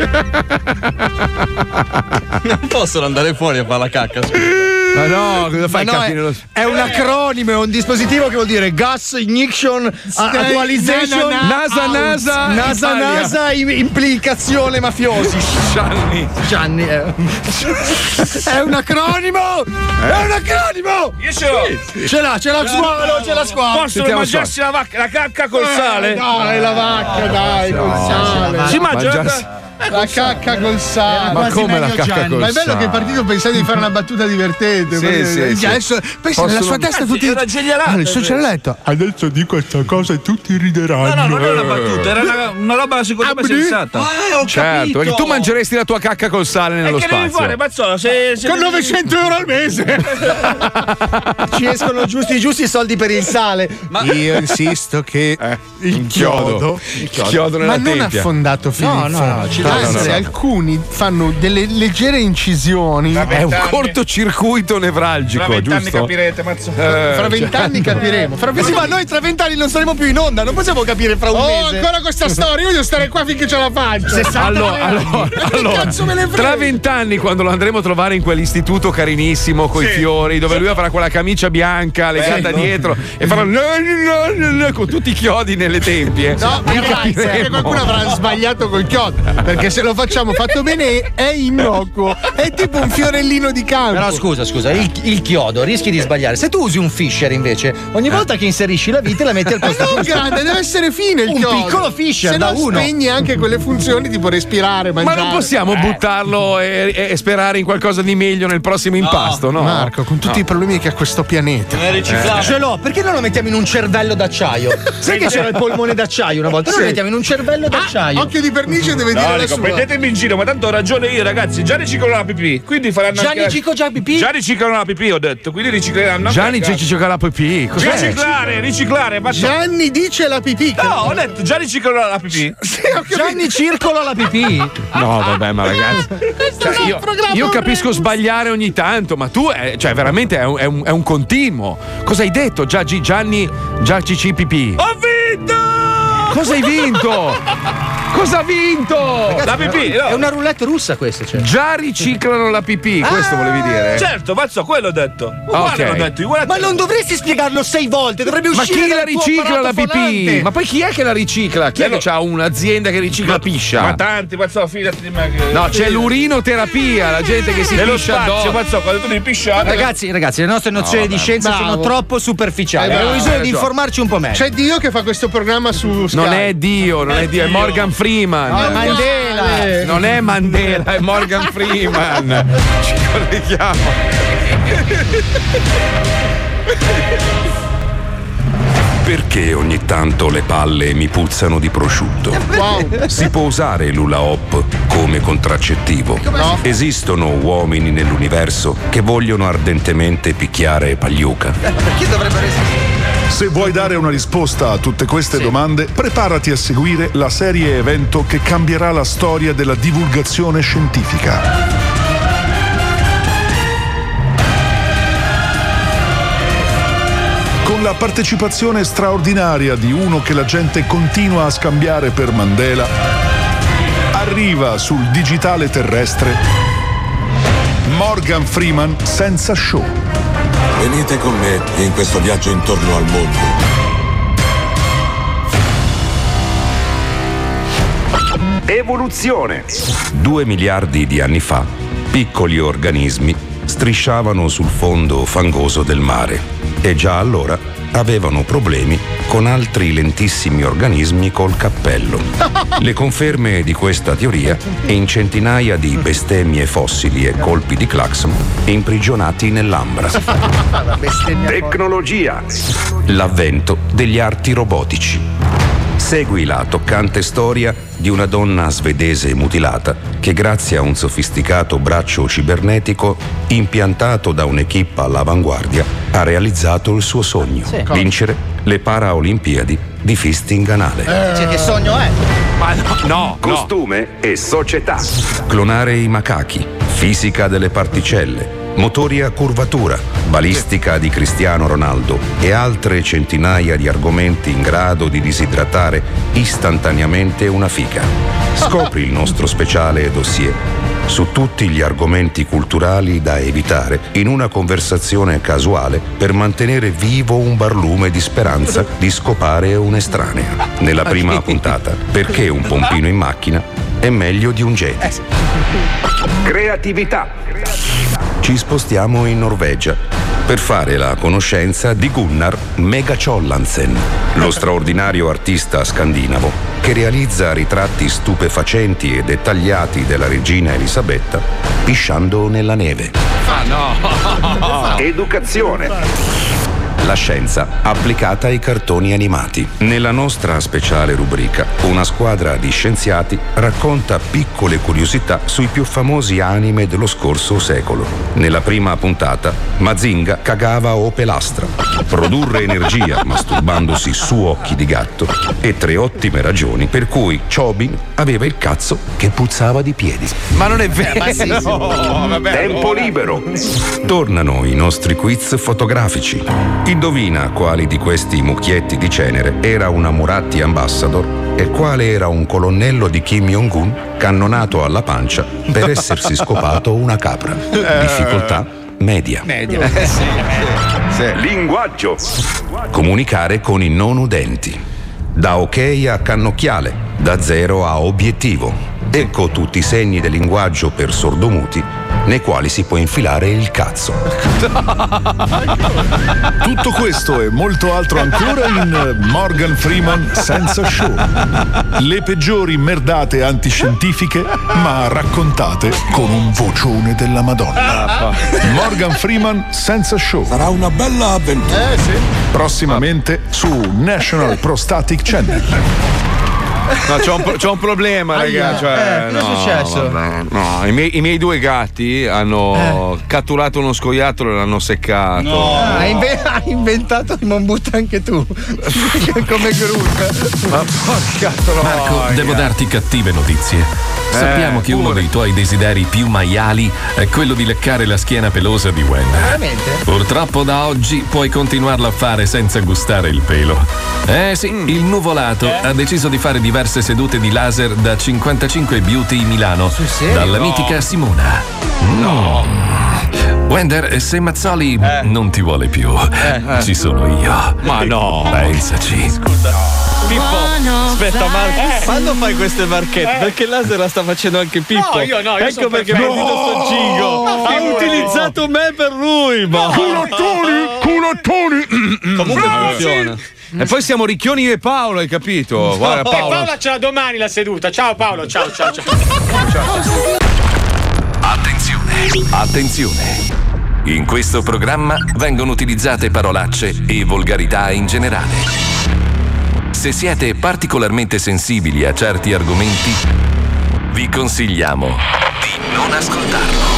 Non possono andare fuori a fare la cacca. scusa.
Ma no, cosa fai?
Ma no,
Capire lo-
è, è un acronimo, è un dispositivo che vuol dire Gas Ignition
Stay-
Actualization
na- na- NASA,
out.
NASA,
NASA
Italia.
NASA im- implicazione mafiosi
Gianni
Gianni è, è un acronimo
Eh.
è un acronimo
Io ce l'ho!
ce l'ha ce l'ha squalo ce l'ha squalo
Possono mangiarsi la, vacca, la cacca col
Eh,
sale?
dai, la vacca, dai, col sale.
Si mangia la
Mangiarsi-
cacca?
La cacca Eh, col sale.
Ma come la cacca col
Ma è bello
sale?
che è partito pensando di fare una battuta divertente.
Sì,
perché-
sì,
Già,
sì.
adesso- pensa nella
Possono-
sua testa
Ragazzi,
tutti.
era genialata,
Allora, il suo
eh.
cervello. Adesso dico questa cosa e tutti rideranno.
Eh.
No, no, non è una battuta, era una, una roba secondo me sensata. Eh, ho
certo,
capito.
perché tu mangeresti la tua cacca col sale nello
che devi
spazio.
fare, Mazzola? Se, se
Con
devi-
900 euro al mese.
Ci escono giusti giusti i soldi per il sale.
Io insisto che il
chiodo.
chiodo,
Il chiodo nella
ma non
tempia.
affondato fino
No,
in
no,
fondo.
no, ci
Ah,
deve
Anzi,
essere.
alcuni fanno delle leggere incisioni.
È un cortocircuito nevralgico, giusto? Eh, cioè.
Mazzola.
Fra vent'anni capiremo. Fra
Sì, ma noi tra vent'anni non saremo più in onda, non possiamo capire fra un
oh,
mese.
ancora questa storia. Io devo stare qua finché ce la faccio.
Allora, allora, allora, tra vent'anni, quando lo andremo a trovare in quell'istituto carinissimo coi
Sì.
fiori, dove lui avrà quella camicia bianca legata
Eh,
Bello.
dietro e farà con tutti i chiodi nelle tempie.
No,
Lì
perché
capiremo.
qualcuno avrà sbagliato col chiodo. Perché se lo facciamo fatto bene è innocuo. È tipo un fiorellino di campo.
Però scusa, scusa, il, il chiodo rischi di sbagliare. Se tu usi un fisher invece,
Eh.
ogni volta che inserisci la vite la metti al posto
Ma non
giusto.
grande, deve essere fine il
Un
chiodo.
piccolo fisher
Se
da
no
uno.
spegni anche quelle funzioni tipo respirare,
Ma
mangiare. Eh.
non possiamo buttarlo e, e- e sperare in qualcosa di meglio nel prossimo impasto, no?
Marco, con tutti i problemi che ha questo pianeta.
Non è riciclabile.
Ce l'ho, perché non lo mettiamo in un cervello d'acciaio? Sai che c'era il polmone d'acciaio una volta? Noi
Sì.
lo mettiamo in un cervello d'acciaio.
occhio di pernice deve
No, dico, prendetemi in giro, ma tanto ho ragione io, ragazzi. Già riciclano la pipì, quindi faranno
Gianni
anche.
Cicco già pipì?
Già riciclano la pipì, ho detto, quindi ricicleranno anche
Gianni
la
ci
cacca.
gioca la pipì. Cos'è?
Riciclare, riciclare, ma
Gianni dice la pipì.
No, ho detto già riciclano la pipì.
Gianni circola la pipì.
No, vabbè, ma ragazzi.
Ah,
Cioè, io, io capisco sbagliare ogni tanto, ma tu, è, cioè, veramente è un, è un- è un continuo. Cosa hai detto? Già, Gi- Gianni, già CCPP.
Ho vinto!
Cosa hai vinto? Cosa ha vinto?
La pipì, no.
È una roulette russa questa, cioè.
Già riciclano la pipì,
Ah.
questo volevi dire?
Certo, mazzo, quello ho detto. Uguale
Ok.
l'ho detto, uguale.
Ma non dovresti spiegarlo sei volte, dovrebbe
Ma
uscire
chi la
dal tuo
ricicla la
apparato
pipì?
falante.
Ma poi chi è che la ricicla? Chi è che ha un'azienda che ricicla piscia?
Ma tanti, mazzo, fidati di me. che-
No, c'è l'urinoterapia, la gente che si
Nello
piscia
spazio,
addosso.
mazzo, quando tu devi pisciare.
Ragazzi, ragazzi, le nostre
No,
nozioni Cioè, di
vabbè.
scienza
Bravo.
sono troppo superficiali.
Eh,
Abbiamo
bravo,
bisogno
hai
di
ragione.
informarci un po' meglio.
Esatto. C'è Dio che fa questo programma su Sky. Eh,
Non è Dio, non è Dio, è Morgan Freeman.
No, è Mandela.
Non è Mandela, è Morgan Freeman. Ci colleghiamo.
Perché ogni tanto le palle mi puzzano di prosciutto? Si può usare l'ula hop come contraccettivo.
No.
Esistono uomini nell'universo che vogliono ardentemente picchiare Pagliuca.
Perché dovrebbero
Se vuoi dare una risposta a tutte queste domande, preparati a seguire la serie evento che cambierà la storia della divulgazione scientifica. Con la partecipazione straordinaria di uno che la gente continua a scambiare per Mandela, arriva sul digitale terrestre Morgan Freeman senza show.
Venite con me in questo viaggio intorno al mondo.
Evoluzione. Due miliardi di anni fa, piccoli organismi strisciavano sul fondo fangoso del mare e già allora avevano problemi con altri lentissimi organismi col cappello. Le conferme di questa teoria in centinaia di bestemmie fossili e colpi di clacson imprigionati nell'ambra. Tecnologia. L'avvento degli arti robotici. Segui la toccante storia di una donna svedese mutilata che grazie a un sofisticato braccio cibernetico impiantato da un'equipe all'avanguardia ha realizzato il suo sogno,
Sì.
vincere le Paraolimpiadi di fisting anale.
Eh.
Cioè, che sogno è?
Ma no, no.
Costume e società. Clonare i macachi, fisica delle particelle, motori a curvatura, balistica di Cristiano Ronaldo e altre centinaia di argomenti in grado di disidratare istantaneamente una fica. Scopri il nostro speciale dossier su tutti gli argomenti culturali da evitare in una conversazione casuale per mantenere vivo un barlume di speranza di scopare un'estranea. Nella prima puntata, perché un pompino in macchina è meglio di un jet.
Creatività.
Ci spostiamo in Norvegia per fare la conoscenza di Gunnar Megachollansen, lo straordinario artista scandinavo che realizza ritratti stupefacenti e dettagliati della regina Elisabetta pisciando nella neve.
Ah no!
Educazione. la scienza applicata ai cartoni animati. Nella nostra speciale rubrica, una squadra di scienziati racconta piccole curiosità sui più famosi anime dello scorso secolo. Nella prima puntata, Mazinga cagava o pelastra, produrre energia masturbandosi su occhi di gatto e tre ottime ragioni per cui Chobin aveva il cazzo che puzzava di piedi.
Ma non è
vero.
vero. No, vabbè,
Tempo
allora.
libero. Tornano i nostri quiz fotografici. Indovina quali di questi mucchietti di cenere era una Muratti Ambassador e quale era un colonnello di Kim Jong-un cannonato alla pancia per essersi scopato una capra. Difficoltà media.
Eh, Media. Eh, sì,
Linguaggio. Comunicare con i non udenti. Da ok a cannocchiale, da zero a obiettivo. Ecco tutti i segni del linguaggio per sordomuti nei quali si può infilare il cazzo.
Tutto questo e molto altro ancora in eh, Morgan Freeman Senza Show. Le peggiori merdate antiscientifiche, ma raccontate con un vocione della Madonna. Morgan Freeman Senza Show. Sarà una bella
Eh,
avventura. Prossimamente su National Prostatic Channel.
No, c'ho un, pro- c'ho un problema,
Aia.
ragazzi. Cioè,
Eh, cosa è
no,
successo?
vabbè, no, i, miei, i miei due gatti hanno catturato uno scoiattolo e l'hanno seccato.
Ah, Hai, inve- hai inventato il Mombutta anche tu. Come Groot.
Ma porca
Marco, devo darti cattive notizie.
Eh,
Sappiamo che uno dei tuoi desideri più maiali è quello di leccare la schiena pelosa di Wendy.
Veramente?
Purtroppo da oggi puoi continuarlo a fare senza gustare il pelo. Eh sì,
Mm.
il nuvolato
Eh?
ha deciso di fare diverse sedute di laser da 55 Beauty Milano dalla No. mitica Simona. No. Wender, se Mazzoli non ti vuole più,
Eh, eh.
ci sono io.
Ma no.
Pensaci.
Pippo, aspetta Marco,
Eh.
quando fai queste marchette? Perché il laser la sta facendo anche Pippo.
No, io no, io
ecco
sono
perché
perfetto.
Bandito sto gigo.
No,
ha
figurati.
utilizzato me per lui. Ma
culottoni.
Comunque
Bravi.
funziona.
E poi siamo ricchioni e Paolo, hai capito? Guarda,
Eh,
Paolo.
Paola ce l'ha domani la seduta. Ciao Paolo, ciao ciao ciao.
Attenzione, attenzione. In questo programma vengono utilizzate parolacce e volgarità in generale. Se siete particolarmente sensibili a certi argomenti, vi consigliamo di non ascoltarlo.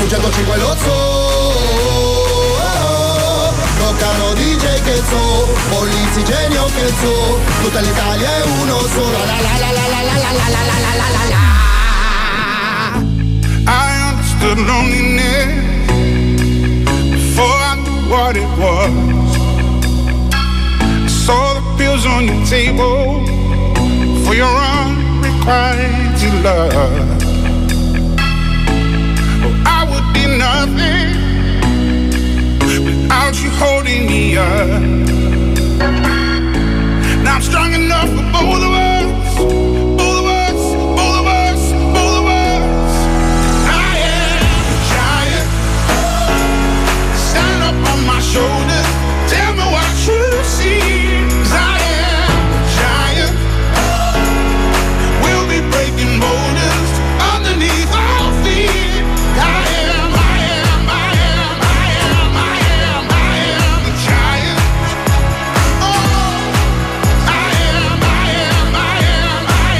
Su 105 lo zoo Toccano DJ che so, polizzi genio che so Tutta l'Italia è uno solo La la la la la la la la la la la la la
I understood loneliness before I knew what it was. I saw the pills on your table for your unrequited love. Oh, I would be nothing without you holding me up. Now I'm strong enough for both of us. Both of us, both of us, both of us. I am a giant. Stand up on my shoulders. Tell me what you see. 'Cause I am a giant. We'll be breaking borders underneath our feet. I am, I am, I am, I am, I am, I am a giant. Oh, I am, I am, I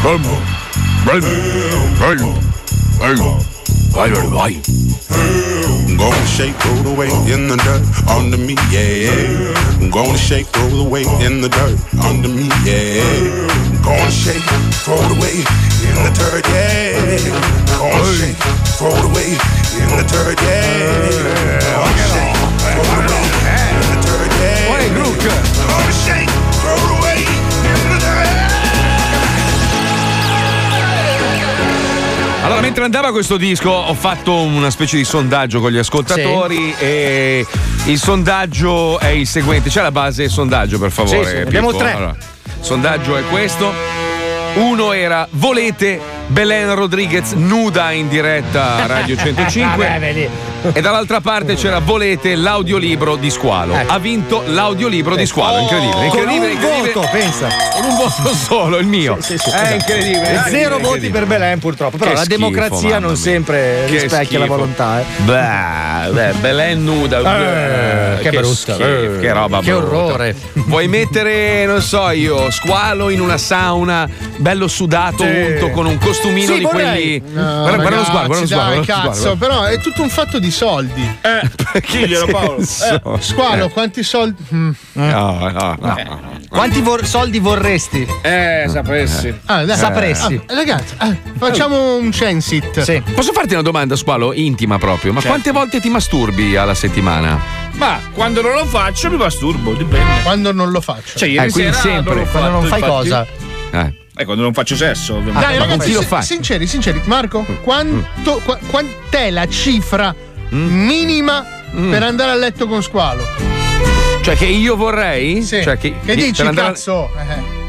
Bello, bello, bello. Vai, vai, vai. I'm gonna shake all the weight in the dirt under me, yeah. I'm gonna shake all the weight in the dirt under me, yeah. I'm gonna shake all the weight in the dirt, yeah. I'm gonna shake all the weight in the dirt, yeah. I'm gonna shake all the weight in the dirt, yeah. I'm gonna shake all the weight in the
Allora, mentre andava questo disco, ho fatto una specie di sondaggio con gli ascoltatori e il sondaggio è il seguente. C'è la base sondaggio, per favore.
Sì, sì, ne abbiamo
Pippo?
tre.
Allora, sondaggio è questo. Uno era volete Belen Rodriguez nuda in diretta a Radio 105.
Vabbè, vedi.
E dall'altra parte c'era volete l'audiolibro di squalo. Ha vinto l'audiolibro di squalo, incredibile,
Eh. Oh, Con
incredibile,
un
incredibile.
voto, pensa.
Con un voto solo, il mio. è
Esatto.
Eh, incredibile.
E
è
Zero voti
incredibile.
per Belen purtroppo, però
Che
la
schifo,
democrazia
mamma
non
mia.
Eh,
sempre
Che
rispecchia la
schifo.
volontà. eh.
Bah, beh, Belen nuda.
Eh, che brutta.
schifo,
Eh,
che roba
che
brutta.
orrore.
Vuoi mettere, non so io, squalo in una sauna, bello sudato,
Sì.
unto con un costumino
Sì,
di
vorrei.
quelli.
No,
guarda, guarda lo
ragazzi,
sguardo, guarda lo sguardo.
dai,
guarda lo
cazzo,
sguardo.
però è tutto un fatto di soldi.
Eh,
diglielo, Paolo. senso?
Eh, squalo,
Eh.
quanti soldi? Mm.
No, no, no.
Quanti vor- soldi vorresti?
Eh, sapressi.
Ah, dai.
Sapressi.
Ah, ragazzi, ah, facciamo un censit.
Posso farti una domanda, squalo, intima proprio? Ma
Certo.
quante volte ti masturbi alla settimana?
Ma quando non lo faccio mi masturbo, dipende.
Quando non lo faccio.
Cioè, ieri
Eh, quindi
sera
sempre.
l'ho
Quando non
fatto,
fai
infatti.
cosa? Eh.
Eh, quando non faccio sesso,
Ah,
ovviamente.
Dai, ragazzi,
lo
sin- sinceri, sinceri. Marco,
Mm.
quanto, qua- quant'è la cifra
Mm.
minima per andare a letto con squalo?
Cioè, che io vorrei? Cioè, che,
Che
di-
dici,
per andare-
cazzo?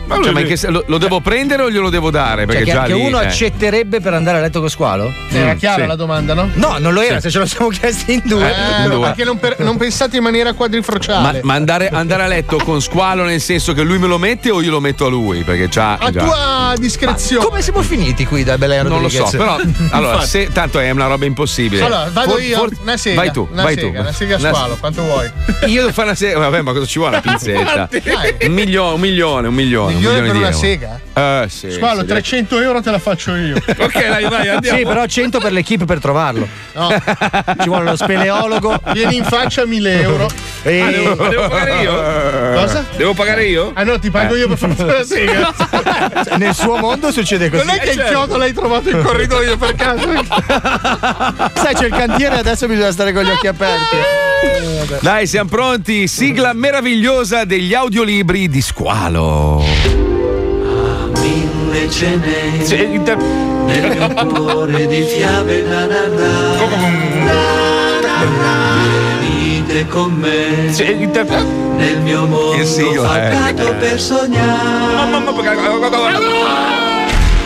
Ma Cioè, ma in che se- lo, lo devo prendere o glielo devo dare?
Cioè,
Perché
che,
già
che
lì,
uno
eh.
accetterebbe per andare a letto con squalo?
Era
Mm,
chiara
sì.
la domanda, no?
No, non lo era,
Sì.
se ce lo siamo chiesti in due.
Eh, in due.
Perché non, per- non pensate in maniera
Ma,
quadrifrociale.
ma andare, andare a letto con squalo nel senso che lui me lo mette o io lo metto a lui? Perché c'ha.
a
già-
tua discrezione.
come siamo finiti qui da Belen
Non lo
Rodriguez?
so, però allora,
Infatti.
se, tanto è una roba impossibile.
Allora, vado
For-
io.
for-
una sega.
vai tu,
una
vai
sega,
tu.
Una sega a squalo, quanto vuoi.
Io devo fare una sega, vabbè, ma cosa ci vuole una pinzetta?
Dai.
un milione, un milione, un milione. Un
Milione
milione di
per una
euro.
sega?
Eh, sì.
Squalo,
sì,
300 euro te la faccio io.
Ok, dai, vai, andiamo.
Sì, però 100 per l'equipe per trovarlo.
No.
Ci vuole lo speleologo.
Vieni in faccia 1000 euro.
Ah,
devo, devo pagare io?
Cosa?
Devo pagare io?
Ah no, ti pago io per farti la sega.
Nel suo mondo succede così.
Non è che il chiodo l'hai trovato in corridoio per caso.
Sai, c'è il cantiere e adesso bisogna stare con gli occhi aperti.
dai. Dai, siamo pronti. Sigla meravigliosa degli audiolibri di squalo.
Mille cene
Sì, inter-
nel mio cuore di fiabe da narrare. Venite con me nel mio mondo fatato per sognare. Mamma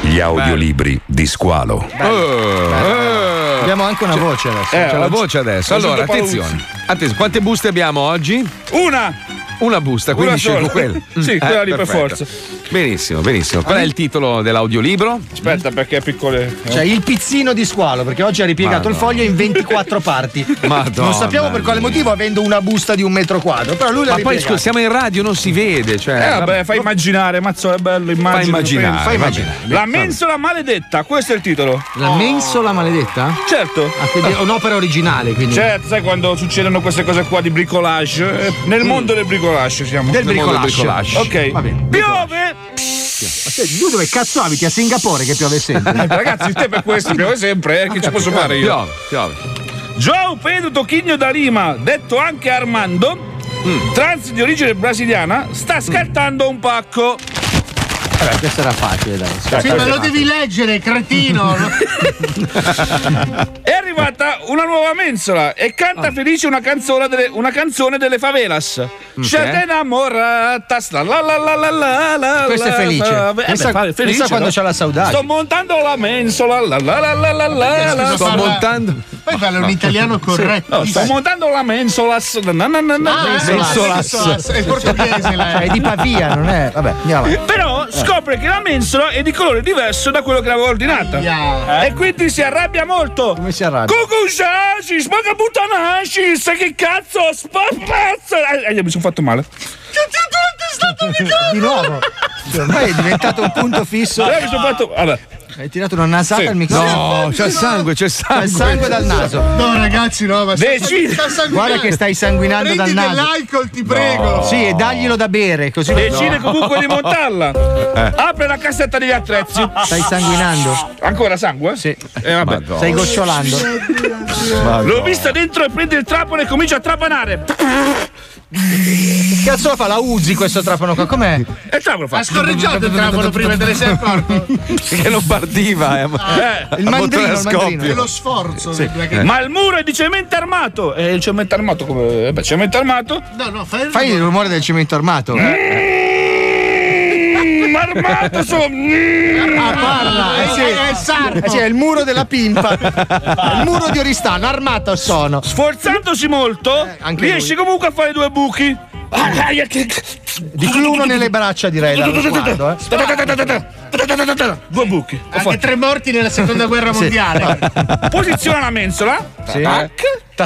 Gli audiolibri di squalo.
Eh. Abbiamo anche una voce adesso.
Eh,
C'è
ho la voce adesso. Allora, attenzione. attenzione. Quante buste abbiamo oggi? Una! Una busta, quindi
Una sola.
scelgo quella.
Sì,
Mm,
quella lì per
perfetto.
forza.
Benissimo, benissimo. Qual è il titolo dell'audiolibro?
Aspetta, perché è piccole.
Cioè, il pizzino di squalo, perché oggi ha ripiegato
Madonna.
il foglio in 24 parti.
Madonna
non sappiamo per quale
mia.
motivo, avendo una busta di un metro quadro. Però lui l'ha
Ma poi
ripiegata.
scusa, siamo in radio, non si vede. Cioè,
Eh, vabbè, fai immaginare, mazzo, è bello. Immagino,
immaginare,
penso.
fai immaginare.
La mensola maledetta, questo è il titolo.
La mensola maledetta? Ah,
Certo.
quindi è un'opera originale, quindi.
Certo, sai quando succedono queste cose qua di bricolage? Eh, Nel mondo del bricolage siamo.
Del
Nel mondo
bricolage.
Ok.
Va bene.
Piove!
Tu dove cazzo abiti? A Singapore che piove sempre.
Eh, Ragazzi, il tempo è questo, piove sempre, eh, che ci posso fare io?
Piove, piove.
João Pedro Tocchigno da Lima, detto anche Armando,
Mm.
trans di origine brasiliana, sta scartando un pacco.
Vabbè, questo era facile, dai.
Sì, ma lo devi leggere, cretino.
È arrivata una nuova mensola e canta felice una, canzola delle- una canzone delle favelas. C'è te innamorata, sta la la la la la la.
Questa è
la-
felice.
la- eh,
Questa-
beh, fa-
questa
felice,
quando
no?
c'ha la saudade.
Sto montando la mensola, la la la la la la. la.
Scusa, parla- Poi parla un italiano
Sì. No,
corretto.
sto montando la mensola. s- na- na- na- na-
Ah,
mensola.
mensola, è portoghese, la-
Cioè, è di Pavia, non
Eh,
è. Vabbè, andiamo avanti. Eh.
Però scopre che la mensola è di colore diverso da quello che aveva ordinata.
Aia.
E quindi si arrabbia molto. Come
si arrabbia?
Cucusasci, spagabutanasci, sai che cazzo, spazzo. Eh, eh, mi sono fatto male.
Di nuovo. Cioè, Ormai è diventato un punto fisso.
Allora mi sono Eh, fatto. Vabbè.
Hai tirato una nasata al microfono?
No, c'è sangue, c'è sangue.
C'è sangue dal naso.
No, ragazzi, no, ma sta- Decidi. sta sanguinando.
Guarda che stai sanguinando
Prendi
dal naso.
dell'alcol, ti prego.
Sì, e daglielo da bere, così
Decide comunque di montarla.
Eh.
Apre la cassetta degli attrezzi.
Stai sanguinando.
Ancora sangue?
Sì.
Eh, vabbè.
Stai gocciolando.
L'ho vista dentro e prende il trapano e comincia a trapanare.
Che cazzo fa? La usi questo trapano qua? Com'è?
E il trapano fa.
Ha scorreggiato il trapano prima te ne sei accorto?
Che non partiva, eh.
Eh,
a montare a scoppio.
È lo sforzo.
Sì.
della-
Eh. Ma il muro è di cemento armato. E il cemento armato come? eh Beh, cemento armato. Eh.
No, no, fai il
Fai il rumore del cemento armato.
Armato sono.
Ah, parla! Eh sì.
È sardo.
Eh sì, è il muro della pimpa. il muro di Oristano, armato sono. Eh,
Sforzandosi molto, riesci comunque a fare due buchi.
Di cluno nelle braccia direi dallo sguardo, eh.
Due buchi. Ho
Anche tre morti nella seconda guerra
Sì.
mondiale.
Posiziona la mensola.
Sì.
Tac.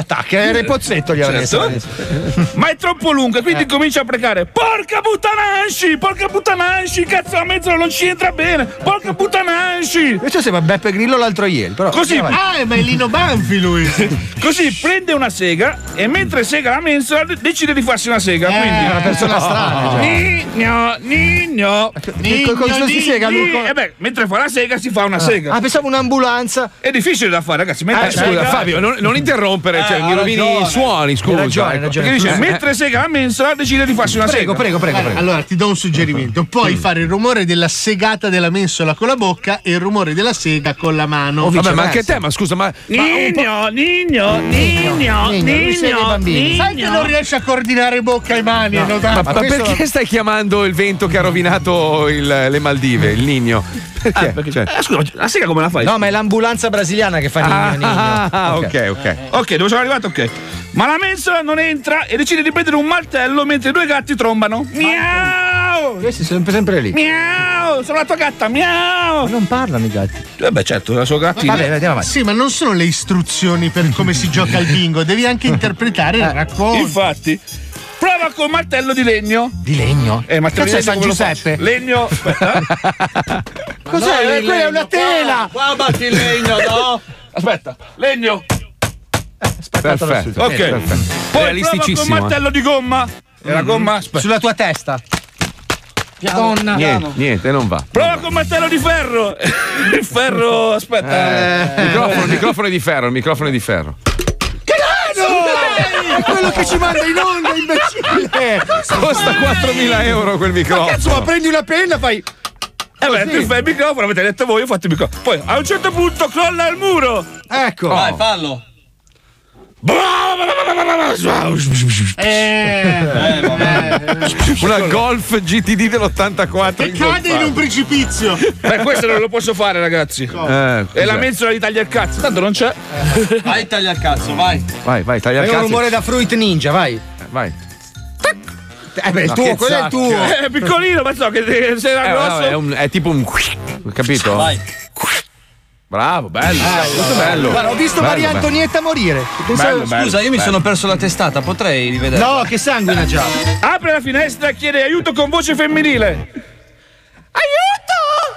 Tac, era il pozzetto gli ha
Certo.
messo.
Ma è troppo lunga,
Eh.
quindi comincia a precare. Porca puttanasci! Porca puttanasci! Cazzo, la mensola non ci entra bene! Porca puttanasci!
Questo sembra Beppe Grillo l'altro ieri, però.
Così,
andiamo avanti.
ma è Lino Banfi lui.
Così prende una sega e mentre sega la mensola de- decide di farsi una sega.
Eh,
quindi Ah.
è una persona strana, cioè.
Nigno, nigno.
che cosa si sega, lui?
E Eh beh, mentre fa la sega si fa una sega.
Ah, pensavo un'ambulanza.
È difficile da fare, ragazzi. Mentre
Eh, scusa,
sega-
Fabio, non, non interrompere,
Eh,
cioè,
ha
gli rovini i
ragione.
suoni, scusa. ecco.
Hai ragione, hai ragione. eh.
Perché dice,
Cioè, mentre sega la mensola decide di farsi una
Prego,
sega.
prego, prego,
Allora,
prego.
Allora ti do un suggerimento: puoi fare il rumore della segata della mensola con la bocca e il rumore della sega con la mano.
Vabbè, ma anche te, ma scusa, ma. ma un po'-
Nigno, nigno,
Nino,
nigno, nigno,
Sai che non
nigno.
riesce a coordinare bocca e mani? hai notato?
Ma, ma perché stai chiamando il vento che ha rovinato il- le Maldive, il Nino? Perché? Cioè-
Eh, scusa, ma la sega come la fai?
No, ma è l'ambulanza brasiliana che fa
Ah,
nigno, nigno.
ah, ok, ok.
Ok, dove sono arrivato? Ok. Ma la mensola non entra e decide di prendere un martello mentre i due gatti trombano. Miau!
Questi sono sempre, sempre lì.
Miau! Sono la tua gatta, miau!
Ma non parlano i gatti.
Eh beh, certo, la sua gattina.
Vabbè, andiamo avanti.
Sì, ma non sono le istruzioni per come si gioca al bingo, devi anche interpretare il racconto.
Infatti, prova col martello di legno.
Di legno?
Eh, martello
Cazzo, è
di legno
San
come lo
Giuseppe?
faccio? Legno.
eh?
Aspetta.
Cos'è? Eh, Quella è una
Ah.
tela!
Qua batti il legno, no? Aspetta, legno.
Perfetto. perfetto.
Ok. Poi prova col
Realisticissimo. eh.
martello di gomma. E la gomma? Aspetta.
Sulla tua testa. Madonna.
Niente, niente, non va.
Prova col martello di ferro. Il ferro, aspetta.
Microfono, microfono di ferro, microfono di ferro.
È quello che ci manda in onda, imbecille!
Costa 4.000 euro quel microfono.
Cazzo, ma prendi una penna e fai.
E beh, tu fai il microfono, avete detto voi, ho fatto il microfono. Poi a un certo punto crolla il muro.
Ecco.
Vai,
fallo. Eh,
Una Golf GTD dell'84.
E cade in un precipizio.
Beh, questo non lo posso fare, ragazzi. E la mensola di taglia il cazzo, tanto non c'è.
Vai, taglia il cazzo, vai.
Vai, vai, taglia
È
il
un
cazzo.
rumore da Fruit Ninja, vai.
Vai.
Eh beh, il
Ma
tuo,
che
quello è il
zacca.
tuo.
È piccolino, ma so che se era
Eh,
grosso.
vabbè, è, un- è tipo un. Capito?
Vai.
Bravo, bello. molto bello.
Guarda, ho visto
Bello,
Maria
bello.
Antonietta morire. Pensavo-
Bello, bello,
Scusa, io mi
bello.
sono perso la testata, potrei rivedere.
No, che sanguina già.
Apre la finestra e chiede aiuto con voce femminile.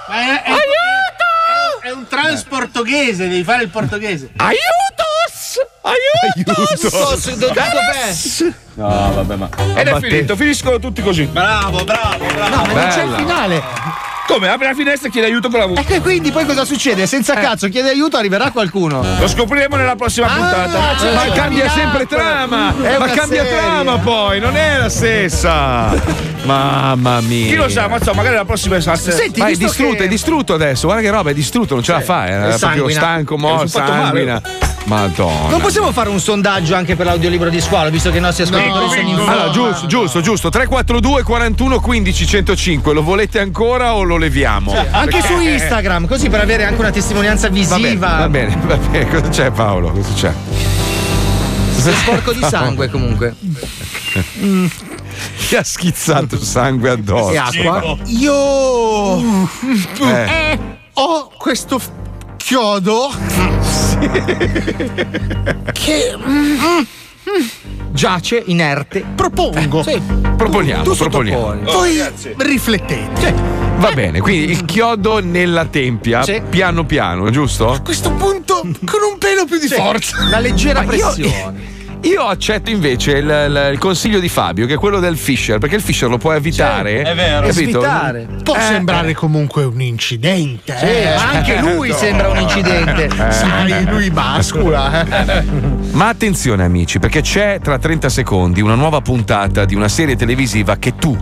Ma È, è- è un trans portoghese, devi fare il portoghese.
Aiutos! Aiutos!
Sos- do- dov'è?
Ed è finito, finiscono tutti così.
Bravo, bravo, bravo.
No, ma non c'è il
Bella.
finale.
Come? Apre la finestra e chiede aiuto con la voce.
Ecco, e quindi poi cosa succede? Senza
Eh.
cazzo, chiede aiuto, arriverà qualcuno. Ah,
Lo scopriremo nella prossima puntata.
c'è
Ma
il
cambia
miracolo.
sempre trama!
È
Ma
una
cambia
serie.
trama poi, non è la stessa! Mamma mia!
Chi lo sa, ma so, magari la prossima estate.
Senti,
Ma è
visto
distrutto,
che-
è distrutto adesso, guarda che roba, è distrutto, non ce la fa, era
è
proprio
sanguina.
stanco,
Mi
morto,
sono fatto male.
sanguina. Madonna.
Non possiamo fare un sondaggio anche per l'audiolibro di squalo, visto che i nostri ascoltatori sono in
Allora,
forma?
giusto, giusto, giusto. 342 41 15 105. Lo volete ancora o lo leviamo?
Cioè,
Eh,
Anche su Instagram, così per avere anche una testimonianza
Va bene,
visiva.
va bene, va bene. Cosa c'è Paolo? Cosa c'è?
Sporco di sangue comunque.
Ti ha schizzato sangue addosso.
E acqua. Io
Eh,
Ho questo f- chiodo che
giace inerte.
propongo.
Sì.
proponiamo,
Tu
proponiamo.
sottoponi.
Voi riflettete.
Va bene, quindi il chiodo nella tempia,
Sì.
piano piano, giusto?
questo punto con un pelo più di forza. La leggera
Ma io- Io accetto invece il, il- il consiglio di Fabio, che è quello del Fisher, perché il Fisher lo puoi evitare. capito? Eh.
Può sembrare comunque un incidente.
Sì,
eh,
eh,
ma anche lui
certo.
sembra un incidente.
Eh.
Sai, lui bascula. eh.
Ma attenzione amici, perché c'è tra 30 secondi una nuova puntata di una serie televisiva che tu,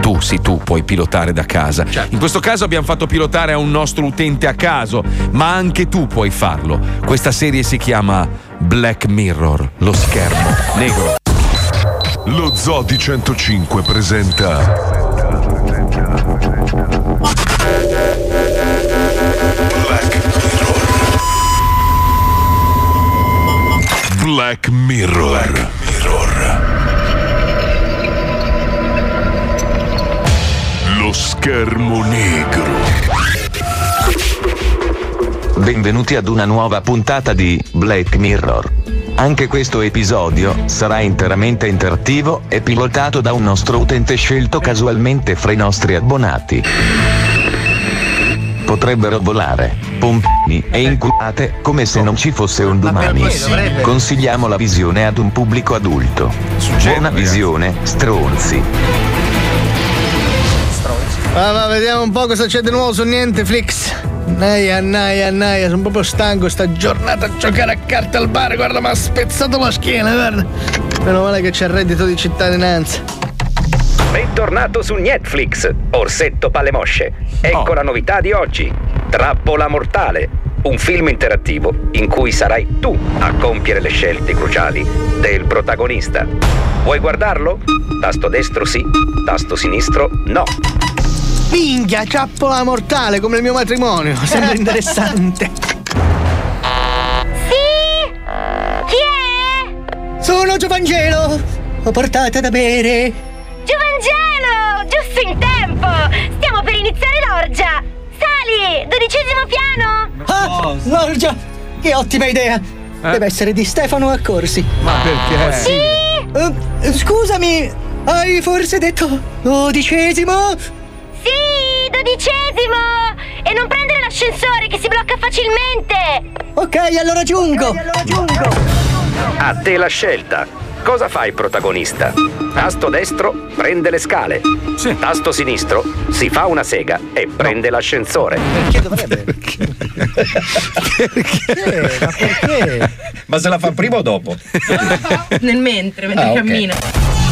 tu sì tu, puoi pilotare da casa.
Certo.
In questo caso abbiamo fatto pilotare a un nostro utente a caso, ma anche tu puoi farlo. Questa serie si chiama Black Mirror, lo schermo negro.
Lo Zodi 105 presenta Black Mirror. Lo schermo negro.
Benvenuti ad una nuova puntata di Black Mirror. Anche questo episodio sarà interamente interattivo e pilotato da un nostro utente scelto casualmente fra i nostri abbonati. Potrebbero volare, pompini e inculate come se non ci fosse un domani.
dovrebbe?
Consigliamo la visione ad un pubblico adulto. Buona visione, stronzi.
Ah, ma vediamo un po' cosa c'è di nuovo su Nienteflix. Naia, naia, naia, sono proprio stanco sta giornata a giocare a carte al bar, guarda, mi ha spezzato la schiena, guarda. Meno male che c'è il reddito di cittadinanza.
Bentornato su Netflix, Orsetto Palemosce. Ecco la novità di oggi, Trappola Mortale, un film interattivo in cui sarai tu a compiere le scelte cruciali del protagonista. Vuoi guardarlo? Tasto destro sì, tasto sinistro no.
Minchia, trappola mortale come il mio matrimonio, sembra interessante.
Sì? Chi è?
Sono Giovangelo, ho portato da bere.
Giovangelo! Giusto in tempo! Stiamo per iniziare l'orgia! Sali! Dodicesimo piano!
Ah, Lorgia, che ottima idea! Deve essere di Stefano Accorsi.
Eh?
Oh,
Ma
eh,
perché?
Sì! Eh, scusami, hai forse detto dodicesimo?
Sì, dodicesimo! E non prendere l'ascensore che si blocca facilmente!
Ok, allora giungo!
A te la scelta. Cosa fa il protagonista? Tasto destro prende le scale. Tasto sinistro si fa una sega e prende l'ascensore.
Ma se la fa prima o dopo?
Nel mentre, mentre
Ah, ok.
cammino.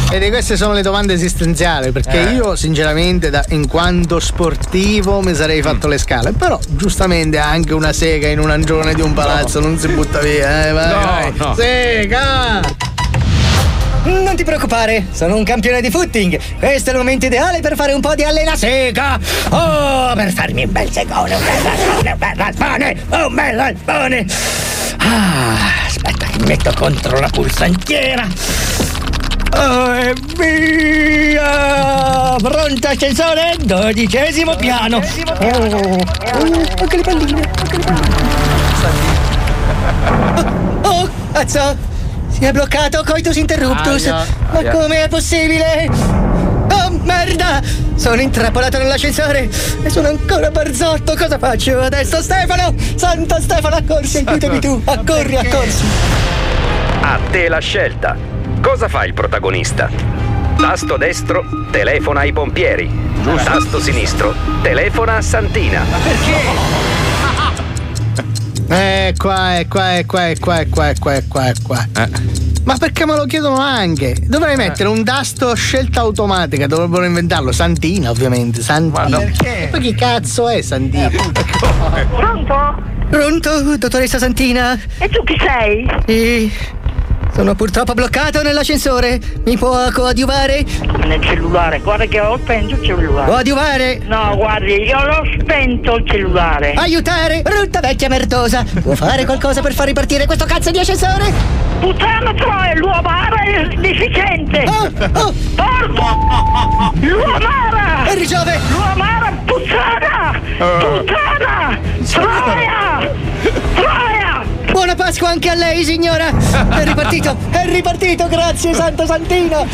Vedi, queste sono le domande esistenziali, perché
Eh.
io sinceramente da- in quanto sportivo mi sarei fatto
Mm.
le scale, però giustamente anche una sega in un angione di un palazzo non si butta via, eh, vai,
No,
vai.
no.
啊
Sega!
Non ti preoccupare, sono un campione di footing. Questo è il momento ideale per fare un po' di allena seca. Oh, per farmi un bel segone, un bel raspone, un bel raspone, un bel raspone. Ah, aspetta che mi metto contro la pulsantiera. Oh, e via! Pronto ascensore, dodicesimo piano. Oh, oh, che le palline, oh, che le palline.
Oh, oh, cazzo! Si è bloccato coitus interruptus!
Aia,
Ma
aia.
come è possibile? Oh merda! Sono intrappolato nell'ascensore e sono ancora barzotto! Cosa faccio adesso, Stefano? Santo Stefano, accorsi, aiutami tu! Accorri, accorsi!
A te la scelta. Cosa fa il protagonista? Tasto destro telefona ai pompieri. Tasto sinistro telefona a Santina.
Eh, qua, e qua, e qua, e qua, e qua, e qua, e qua, e qua.
Eh.
Ma perché me lo chiedono anche? Dovrei mettere un tasto scelta automatica, dovrebbero inventarlo. Santina, ovviamente. Santina.
Ma no. Eh.
perché? Ma chi cazzo è Santina?
Pronto?
Pronto, dottoressa Santina? E tu chi sei? Sì. Sono purtroppo bloccato nell'ascensore. Mi può coadiuvare?
Come nel cellulare, guarda che ho spento il cellulare.
Coadiuvare?
No, guardi, io l'ho spento il cellulare.
Aiutare! Brutta vecchia merdosa! Può fare qualcosa per far ripartire questo cazzo di ascensore? Puttana troia, l'uomara è deficiente!
Ah!
Oh, oh. Porco! L'uomara! Per Giove! L'uomara puttana!
Puttana! Troia! Troia! Buona Pasqua anche a lei, signora! È ripartito! È ripartito, grazie, Santo Santino!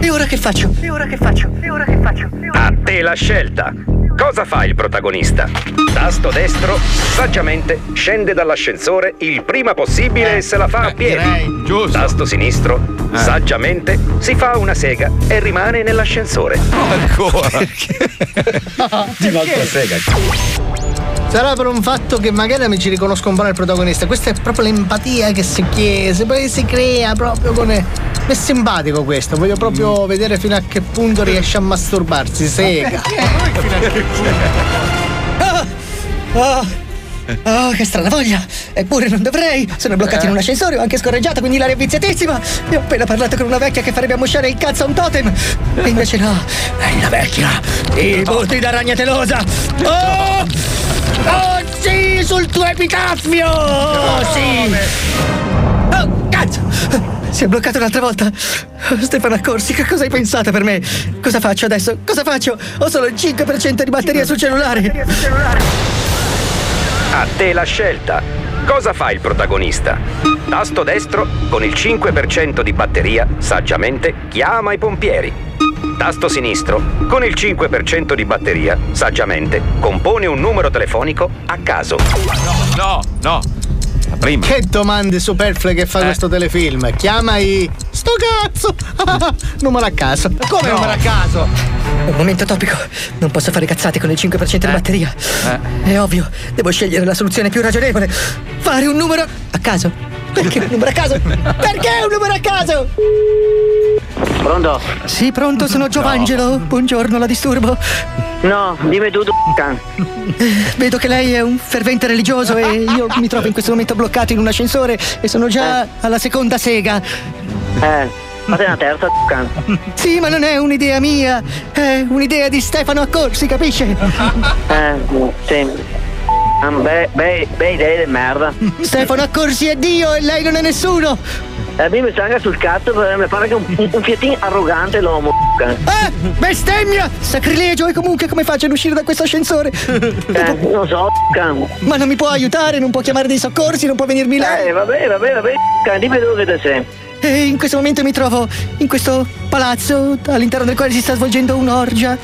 E ora che faccio? E ora che faccio? E ora che faccio?
A te la scelta. Cosa fa il protagonista? Tasto destro, saggiamente, scende dall'ascensore il prima possibile e se la fa a piedi. Tasto sinistro, saggiamente, si fa una sega e rimane nell'ascensore.
Ancora?
Di un'altra sega.
Sarà per un fatto che magari amici riconoscono un po' nel protagonista. Questa è proprio l'empatia che si chiese, poi si crea proprio con. Mi è simpatico questo, voglio proprio vedere fino a che punto riesce a masturbarsi.
Eh,
Sega.
Ah! Ah! Oh, che strana voglia! Eppure non dovrei! Sono bloccati in un ascensore, ho anche scorreggiato, quindi l'aria è viziatissima! E ho appena parlato con una vecchia che farebbe ammosciare il cazzo a un totem! E invece no! È la vecchia! I butti da ragnatelosa! Oh! Oh sì! Sul tuo epitaffio! Oh sì! Oh, cazzo! Si è bloccato un'altra volta! Oh, Stefano Accorsi, che cosa hai pensato per me? Cosa faccio adesso? Cosa faccio? Ho solo il 5% di batteria sul cellulare!
A te la scelta. Cosa fa il protagonista? Tasto destro, con il 5% di batteria, saggiamente chiama i pompieri. Tasto sinistro, con il 5% di batteria, saggiamente compone un numero telefonico a caso.
No, no. Prima.
Che domande superflue che fa questo telefilm? Chiama i. Sto cazzo! numero a caso. Come
No.
numero a caso?
È un momento topico. Non posso fare cazzate con il 5% di batteria. È ovvio, devo scegliere la soluzione più ragionevole. Fare un numero a caso. Perché un numero a caso? Perché un numero a caso?
Pronto?
Sì, pronto, sono Giovangelo. Buongiorno, la disturbo.
No, dimmi tu, tu can.
Vedo che lei è un fervente religioso e io mi trovo in questo momento bloccato in un ascensore e sono già alla seconda sega.
Eh, ma sei una terza, tu can.
Sì, ma non è un'idea mia, è un'idea di Stefano Accorsi, capisce?
Eh, sì.
Ah,
Un be- be- be idee di merda.
Stefano Accorsi è Dio e lei non è nessuno!
Eh,
E mi sta anche sul cazzo perché mi pare che un, un fiatino arrogante l'uomo, tu can.
Eh! Bestemmia! Sacrilegio! E comunque come faccio ad uscire da questo ascensore?
Eh, non so, tu can.
Ma non mi può aiutare, non può chiamare dei soccorsi, non può venirmi là!
Eh, vabbè, vabbè, vabbè, tu can, dimmi tu che te sei.
E in questo momento mi trovo in questo palazzo all'interno del quale si sta svolgendo un'orgia.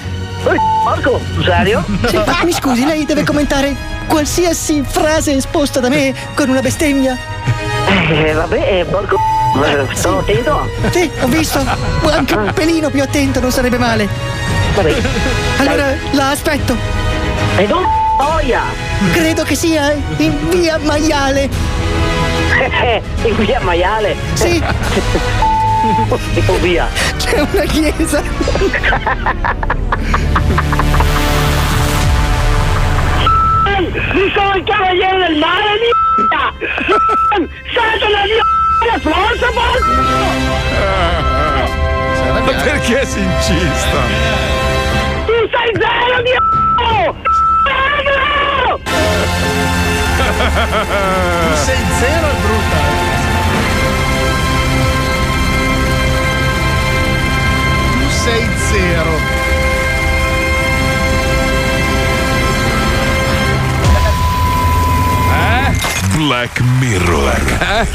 Porco, serio?
Sì, ma mi scusi, lei deve commentare qualsiasi frase esposta da me con una bestemmia.
Eh, vabbè, eh, porco, eh, sto attento.
Sì, ho visto. Anche un pelino più attento non sarebbe male. Allora la aspetto.
E non boia!
Credo che sia in via Maiale.
In via Maiale?
Sì.
Tipo via.
C'è una chiesa.
Mi sono il cavaliere del mare di Salta la mia forza,
Ma perché si incista?
Tu sei zero di
Sei zero è brutta. Tu sei zero.
Äh? Black Mirror.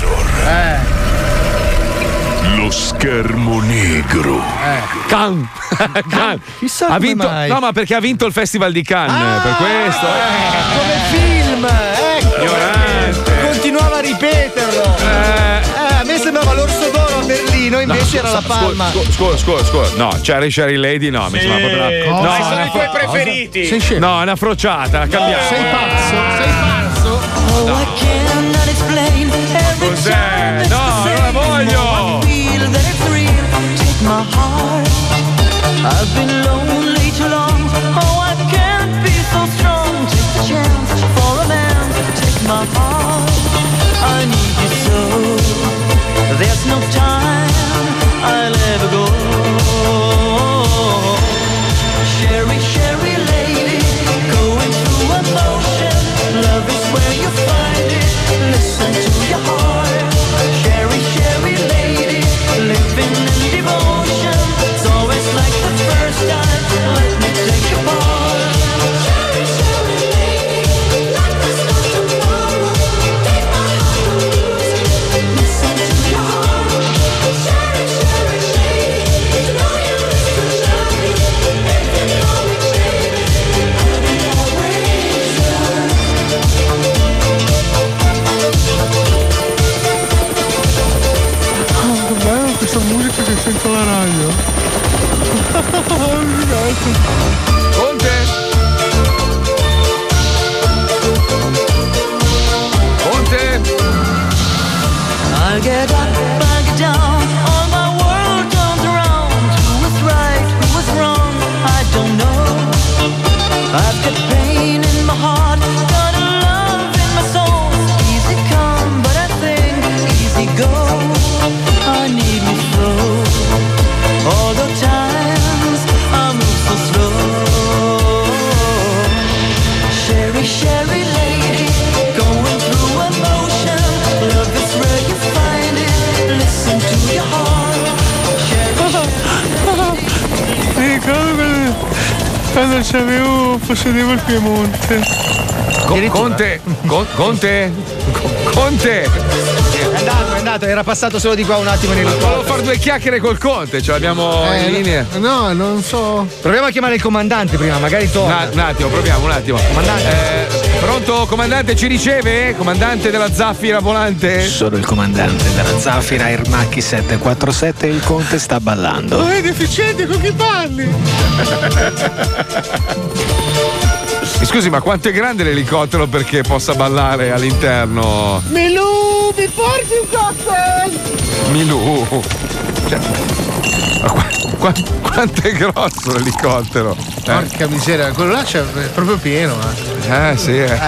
Lo schermo negro.
Can. Can.
Chissà
ha
come
vinto,
mai.
no, ma perché ha vinto il Festival di Cannes per questo. eh.
Come film, ecco. Continuava a ripeterlo. Eh, a me sembrava l'orso d'oro a Berlino, invece era la palma.
Scusa, scusa, scusa. No, Cherry Cherry Lady, no, mi sembra proprio una-
Cosa?
No,
Ma sono
una
i tuoi
fro-
preferiti.
Sei scemo. No, è una frociata, la cambiamo.
Sei pazzo, sei pazzo.
Oh,
Cos'è? No, non la voglio.
Oh, There's no time I'll ever go. Sherry, Sherry lady, going through emotion. Love is where you find it. Oh, sento la radio.
Conte? Conte?
I'll get up, I'll get down. All my world turns around. Who was right, who was wrong? I don't know. I've got pain in my heart, got a love in my soul. Easy come, but I think easy go. I need you flow. All the times I move so slow. Sherry, Sherry lady, going through emotion. Love is where you find it. Listen to your heart. Mi ricordo quando, quando c'avevo, possedevo il Piemonte.
Co- Conte, Con- Conte, Co- Conte.
È andato, è andato, era passato solo di qua un attimo nel
Volevo fare due chiacchiere col Conte, ce l'abbiamo
Eh,
in
no.
linea.
No, non so. Proviamo a chiamare il comandante prima, magari torna.
Na- un attimo, proviamo un attimo. Comandante. pronto, comandante, ci riceve? Comandante della Zaffira volante?
Sono il comandante della Zafira Irmachi 747 e il conte sta ballando.
è deficiente con chi parli?
Mi Scusi, ma quanto è grande l'elicottero perché possa ballare all'interno?
Milù, mi porti un cocktail?
Milù. Cioè, ma qua- qua- quanto è grosso l'elicottero? Eh,
Porca miseria, quello là c'è è proprio pieno. Eh.
eh sì, eh.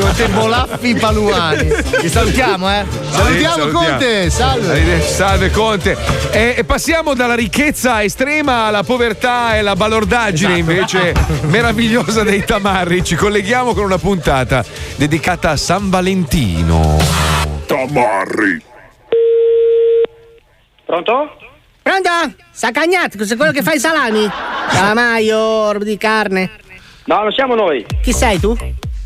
Conte Bolaffi
Paluani.
Vi salutiamo, eh.
Salutiamo, Conte, salve.
Arrivederci, Salve Conte. E, e passiamo dalla ricchezza estrema alla povertà e alla balordaggine invece meravigliosa dei tamarri. Ci colleghiamo con una puntata dedicata a San Valentino. Tamarri.
Pronto?
Pronto? Sacagnat, sei quello che fa i salami? Salamaio, orbi di carne.
No, non siamo noi.
Chi sei tu?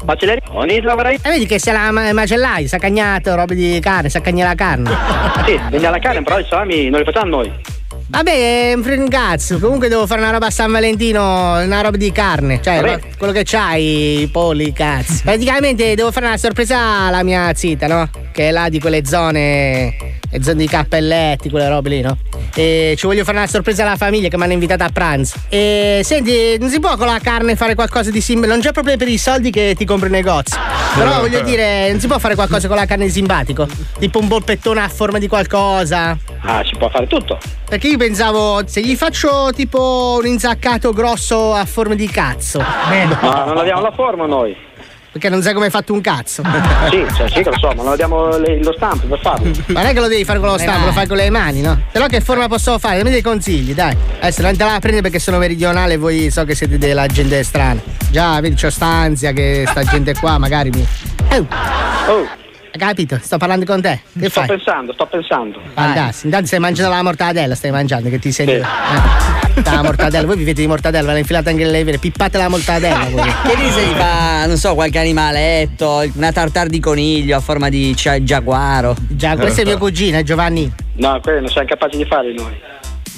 Macelleria. Ogni lavorai.
E vedi che sei la ma- macellai, sacagnato, robe di carne, sacagna la carne.
Sì, vendi alla carne, però i salami non li facciamo noi.
Vabbè, è un fringazzo. Comunque devo fare una roba a San Valentino, una roba di carne. Cioè,
Vabbè.
ma- quello che c'hai, i poli, cazzo. Praticamente devo fare una sorpresa alla mia zita, no? Che è là di quelle zone. Le zone di cappelletti, quelle robe lì, no? E ci voglio fare una sorpresa alla famiglia che mi hanno invitata a pranzo. E senti, non si può con la carne fare qualcosa di simbolo. Non c'è proprio per i soldi che ti compri il negozio. Però voglio dire, non si può fare qualcosa con la carne di simpatico? Tipo un polpettone a forma di qualcosa.
Ah, si può fare tutto.
Perché io pensavo, se gli faccio tipo un inzaccato grosso a forma di cazzo.
Ma non abbiamo la forma noi.
Perché non sai come hai fatto un cazzo.
Sì, cioè, sì, che lo so, ma non abbiamo le- lo stampo per farlo.
Ma non è che lo devi fare con lo stampo, lo fai con le mani, no? Però che forma posso fare? Dammi dei consigli, dai. Adesso non te la prendere perché sono meridionale e voi so che siete della gente strana. Già, vedi, c'ho stanzia che sta gente qua, magari mi. Oh! Hai capito? Sto parlando con te. Che
Sto
fai?
pensando, sto pensando.
Ah,
Fantastico, intanto stai mangiando la mortadella, stai mangiando che ti senti. Eh, La mortadella, voi vivete di mortadella, ve la infilate anche nelle vene, pippate la mortadella voi.
Che lì se gli fa, non so, qualche animaletto, una tartar di coniglio a forma di cia- giaguaro.
Ah, questo è mio cugino, eh, Giovanni.
No, quello non siamo capaci di fare noi.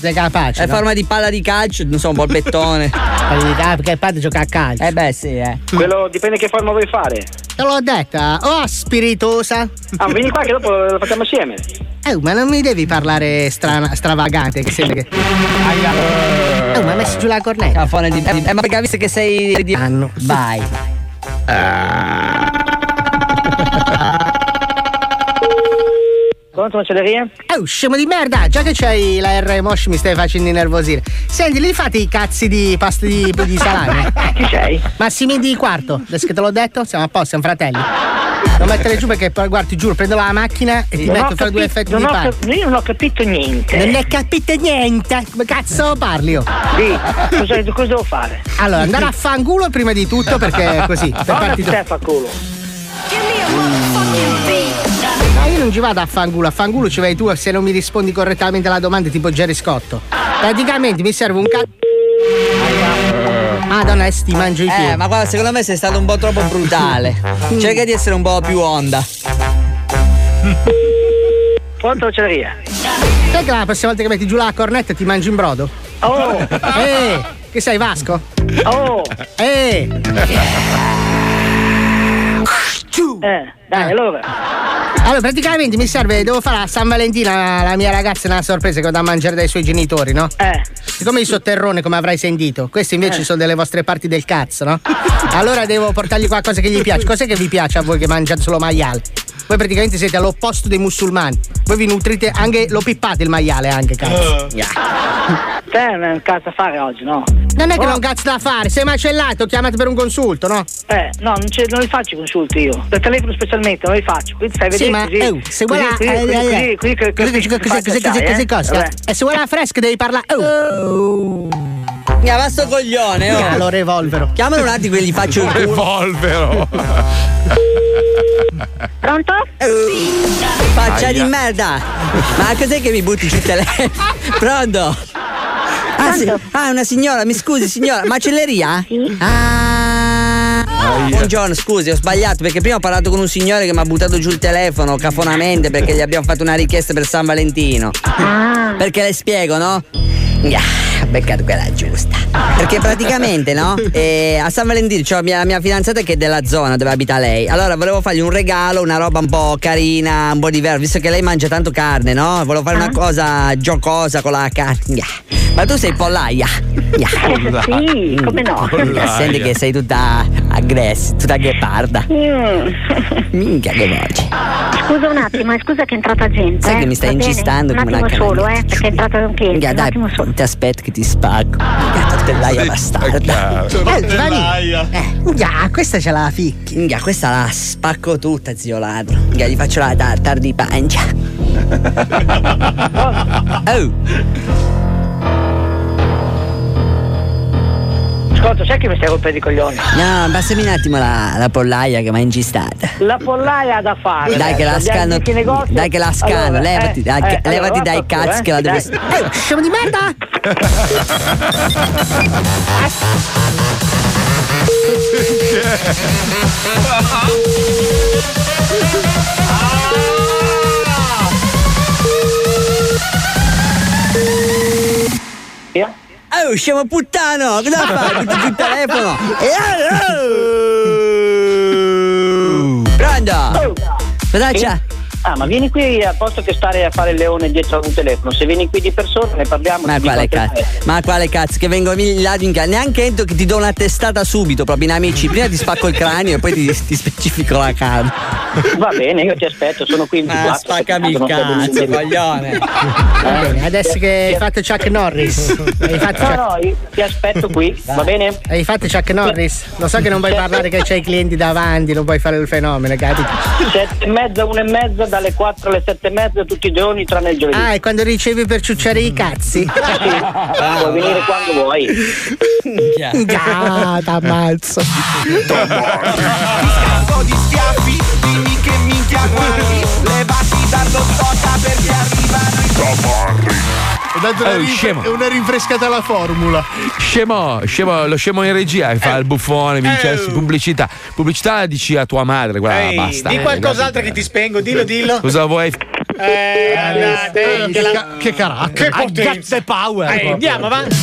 Sei capace?
È
no?
forma di palla di calcio, non so, un polpettone.
Palla di calcio, perché il padre gioca a calcio.
Eh beh, sì, eh.
Quello dipende che forma vuoi fare.
Te l'ho detta, oh spiritosa.
Ah, vieni qua che dopo lo facciamo assieme.
Eh, ma non mi devi parlare strana- stravagante, che sembra che. Eh, ma ha messo giù la cornetta.
di. Eh, ma perché visto che sei di anno. Vai.
Pronto, macelleria? Oh, scemo di merda! Già che c'hai la R Mosh mi stai facendo innervosire. Senti, lì fate i cazzi di pasta di, di salame. Chi sei? Massimini di quarto. Adesso che te l'ho detto, siamo a posto, siamo fratelli. Non mettere giù perché poi guardi, giuro, prendo la macchina e ti
Non ho
metto fra due
capi-
effetti
non
di
ho
pane.
cap- io non ho capito niente.
Non hai capito niente! Come cazzo parli io?
Sì, cosa, cosa devo fare?
Allora, andare a fanculo prima di tutto perché è così. Per
Guarda
partito.
Stefano culo.
Ma io non ci vado a fangulo, a fangulo ci vai tu se non mi rispondi correttamente alla domanda tipo Jerry Scotto. Praticamente mi serve un
Eh.
cazzo. Madonna, eh, sti mangio i Mm. piedi.
Eh, ma guarda, secondo me sei stato un po' troppo brutale. Cerca di essere un po' più onda.
Quanto macelleria? Sai che la prossima volta che metti giù la cornetta ti mangi in brodo? Oh! Eh! Che sei Vasco? Oh! Eh!
Eh, dai, allora.
Eh. Allora, praticamente mi serve, devo fare a San Valentino alla mia ragazza una sorpresa che ho da mangiare dai suoi genitori, no? Eh. Siccome il sotterrone, come avrai sentito, queste invece
Eh.
sono delle vostre parti del cazzo, no? Allora devo portargli qualcosa che gli piace. Cos'è che vi piace a voi che mangiate solo maiale? Voi praticamente siete all'opposto dei musulmani. Voi vi nutrite anche, lo pippate il maiale anche,
Eh.
cazzo.
Te Eh, è un cazzo da fare oggi, no?
Non è che
Oh.
non cazzo da fare, sei macellato, chiamate per un consulto, no?
Eh, no, non, c'è- non li faccio i consulti io. Per telefono specialmente non li faccio. Quindi stai
Sì,
vedendo
ma
così.
eh, se vuoi la.
così, così, così,
eh, eh,
così,
eh, così, così,
così,
così, così,
faccia
così,
c'hai, eh?
così,
Vabbè.
E se vuoi la fresca devi parlare. Oh.
Oh. Mi va sto coglione, oh.
Eh, Lo revolvero.
Chiamalo un attimo e gli faccio il culo.
Revolvero.
Pronto? Faccia
Aia.
di merda! Ma cos'è che mi butti sul telefono? Pronto? Ah, sì. Ah, una signora, mi scusi signora, macelleria? Ah. Buongiorno, scusi, ho sbagliato perché prima ho parlato con un signore che mi ha buttato giù il telefono cafonamente perché gli abbiamo fatto una richiesta per San Valentino. Perché le spiego, no? Ah, ho beccato quella giusta. Perché praticamente, no? Eh, a San Valentino c'ho mia, mia fidanzata che è della zona dove abita lei. Allora volevo fargli un regalo, una roba un po' carina, un po' diversa, visto che lei mangia tanto carne, no? Volevo fare
Ah.
una cosa giocosa con la carne. Ma tu sei pollaia.
Sì, come no?
Minchia, Senti che sei tutta aggressa, tutta gheparda. Minchia che voce.
Mm. Scusa un attimo, eh, scusa che è entrata gente.
Sai
eh,
che mi stai
va bene?
incistando
Un
come una
attimo solo, eh, perché è entrato un cliente.
Minchia,
un
dai,
attimo solo.
ti aspetto che ti spacco. Minchia, tortellaia bastarda. Eh.
Minchia, questa ce la
ficchi. Minchia, questa la spacco tutta, zio ladro. Minchia, gli faccio la tartar di pancia. oh.
Ascolta, sai che mi stai rompendo i coglioni?
No, abbassami un attimo la, la pollaia che mi ha ingistata.
La pollaia ha da fare.
Dai che la
adesso, andiamo
scano,
in questi negozi.
dai che la scano,
Allora,
levati,
eh,
dai, che-
eh, allora,
levati dai
vaffanculo,
cazzi
eh,
che la devo...
dai.
Eh, scemo di merda!
Oh, scemo puttano, cosa fai? Butti giù il telefono. Pronto? Cosa
Sì?
c'è?
Ah, ma vieni qui a posto che stare a fare il leone dietro a un telefono. Se vieni qui di persona ne parliamo.
Ma
ti
quale
dico anche
cazzo? Ma quale cazzo? Che vengo là in casa? Neanche entro che ti do una testata subito, proprio in amici. Prima ti spacco il cranio e poi ti, ti specifico la carne.
te. Va bene, io ti aspetto, sono qui in
Ma spaccami il cazzo, coglione.
Va bene, adesso che hai fatto Chuck Norris. Hai fatto
No,
Chuck...
no, io ti aspetto qui, va bene?
Hai fatto Chuck Norris? Lo so che non vuoi parlare che c'hai i clienti davanti, non vuoi fare il fenomeno, capito?
Sette e mezza, una e mezza, dalle 4 alle sette e mezza tutti i giorni tranne il giovedì.
Ah, e quando ricevi per ciucciare i cazzi?
Puoi venire quando vuoi. Eh.
Ah, t'ammazzo.
Scappo di schiaffi, dimmi che minchia guardi, levati dall'ottota perché arrivano i
Ho dato una,
Eh,
rinf-
scemo.
una rinfrescata alla formula. Eh.
Scemo, scemo, lo scemo in regia che fa il buffone, vince pubblicità. Pubblicità dici a tua madre, guarda,
Ehi,
basta.
di
eh,
qualcos'altro che ti spengo, dillo, dillo.
Cosa vuoi?
Eh, andate,
che, ca- che carattere.
Che potenza.
power.
Eh,
proprio.
andiamo avanti.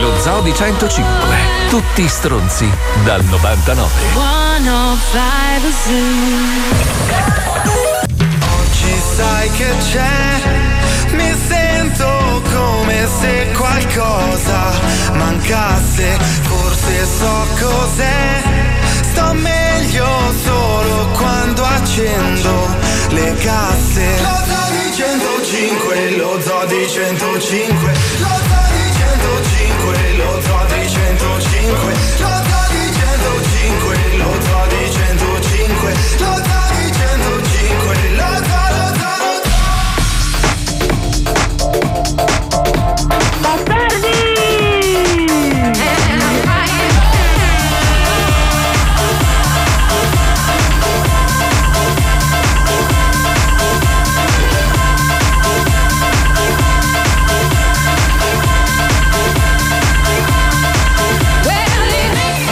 Lo Zoo di 105. Tutti stronzi dal 99.
Oggi sai che c'è, mi sento come se qualcosa mancasse, forse so cos'è, sto meglio solo quando accendo le casse. Lo zoo di 105, lo zoo di 105, lo zoo di 105, lo zoo di 105, lo zoo di 105, lo zoo di 105, lo zoo di 105, lo zoo, lo zoo, lo zoo.
Well,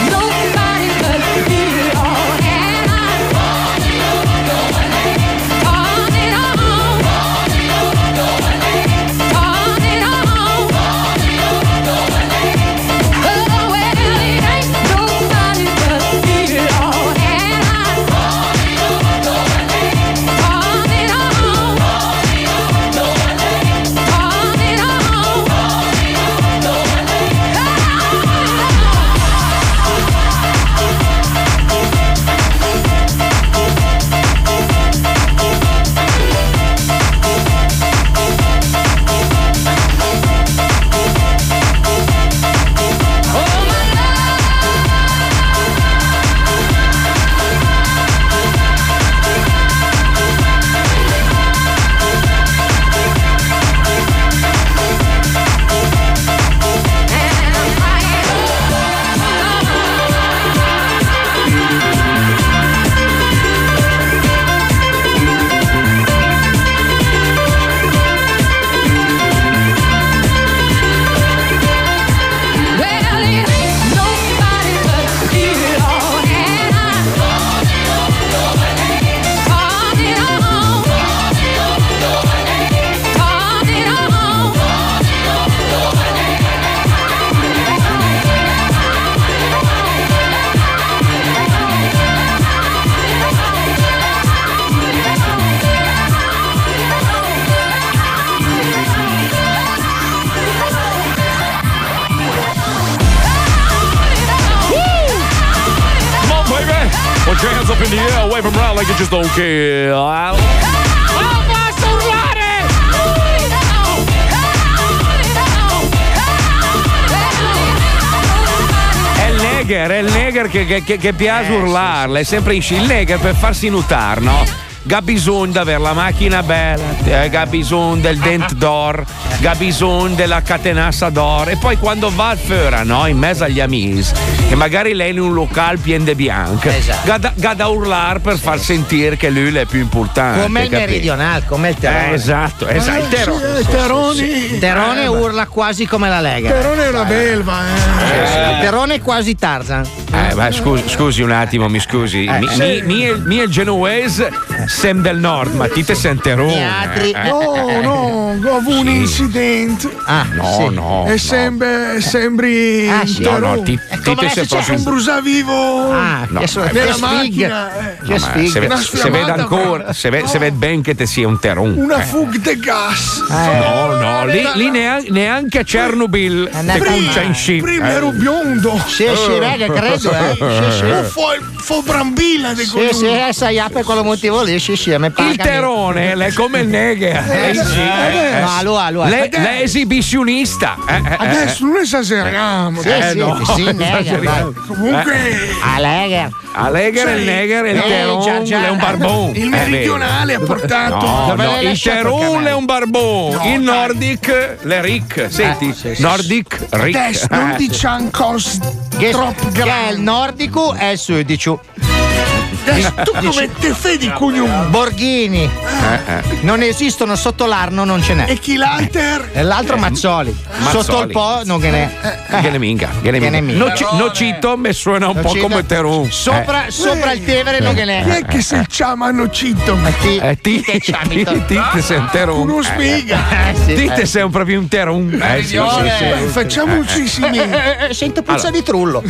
it makes
your hands up in the air wave 'em around like you just don't care.
Oh, basta urlare!
È il Neger, è il Neger che, che- che- che
Eh,
piace urlarla, è sempre in sci. Il Neger per farsi nutar, no? Ga bisogno di avere la macchina bella, eh, ga bisogno del dent d'or, ga bisogno della catenassa d'or. E poi quando va al Föra, no? In mezzo agli amici, che magari lei in un locale pieno de bianco,
Esatto.
ga da, ga da urlare per far sentire che lui è più importante.
Come il
capì?
meridionale, come il terone.
Eh, esatto, esatto. il terone.
eh,
Sì.
Eh,
Terone urla quasi come la Lega.
Terone è una belva, eh.
Il Terone è quasi Tarzan.
Eh, ma scusi, scusi un attimo, mi scusi. Mi,
sì.
mi- mi e- mi e il genovese sem del nord, ma ti te senterone. eh,
No, no, ho avuto un incidente.
Ah, no, no.
E sembra. sembri.
Ah, sì.
Terone.
No, no, ti- ti- Com'è ti sei successo? proprio-
un brusavivo.
Ah, No, che so-
nella
che
macchina. eh.
No, ma se, ve-
Una
se vede
sfiamata,
ancora, se, ve- se vede ben che te sia un terone.
Una
eh.
fuga de gas.
No, no, lì, lì neanche, neanche Eh, a Chernobyl te concia in sci.
Prima ero biondo.
Sì, sì, raga, credo, eh. Sì, sì.
O fu, fu brambilla di
Sì, sì,
cognome.
eh, sai, apre quello motivo lì, sì, sì, a me pagano.
Il terone è come il Neger.
Eh,
Eh, sì,
eh,
eh.
no, lo ha, lo ha.
Le-
Adesso-
L'esibizionista. Eh, eh, eh.
Adesso non esageriamo.
Sì, sì, sì, Eh, nega,
esageriamo.
vai.
Comunque.
A Lega.
A Lega
Cioè,
il Neger il
eh, Gian
Teron
Gian-
è un barbone.
Il meridionale ha portato-
No,
Dove
no,
l'hai
il
lasciato il
Teron
cavallo?
è un barbone.
No,
il
dai.
Nordic le
Eh,
Rick. Senti,
Eh,
sì.
Nordic Rick.
Adesso non
Eh.
diciamo cose
Che,
troppo
che è il
grandi.
nordico e il sudicio.
Adesso Tu come te fedi cognome?
Borghini.
Eh, eh.
Non esistono sotto l'arno, non ce n'è.
E chi l'alter?
E l'altro Mazzoli.
Eh, Mazzoli. Eh,
Sotto il po' non che n'è.
Che ne minga, che ne
Che ne
minga.
minga.
No, ci- no, cito, mi suona un
No,
po'
cito.
come Eh. Teron.
Sopra, sopra il Tevere non che n'è.
Chi è che se il ciamano cito?
Eh, ti, ti, ti, ti sei un Teron.
Uno
Eh,
spiga.
eh. Ti te sei un- proprio un Teron. Eh, sì, Eh, sì, sì.
Beh, Facciamoci simile.
Eh, Sento
puzza Allora.
di trullo.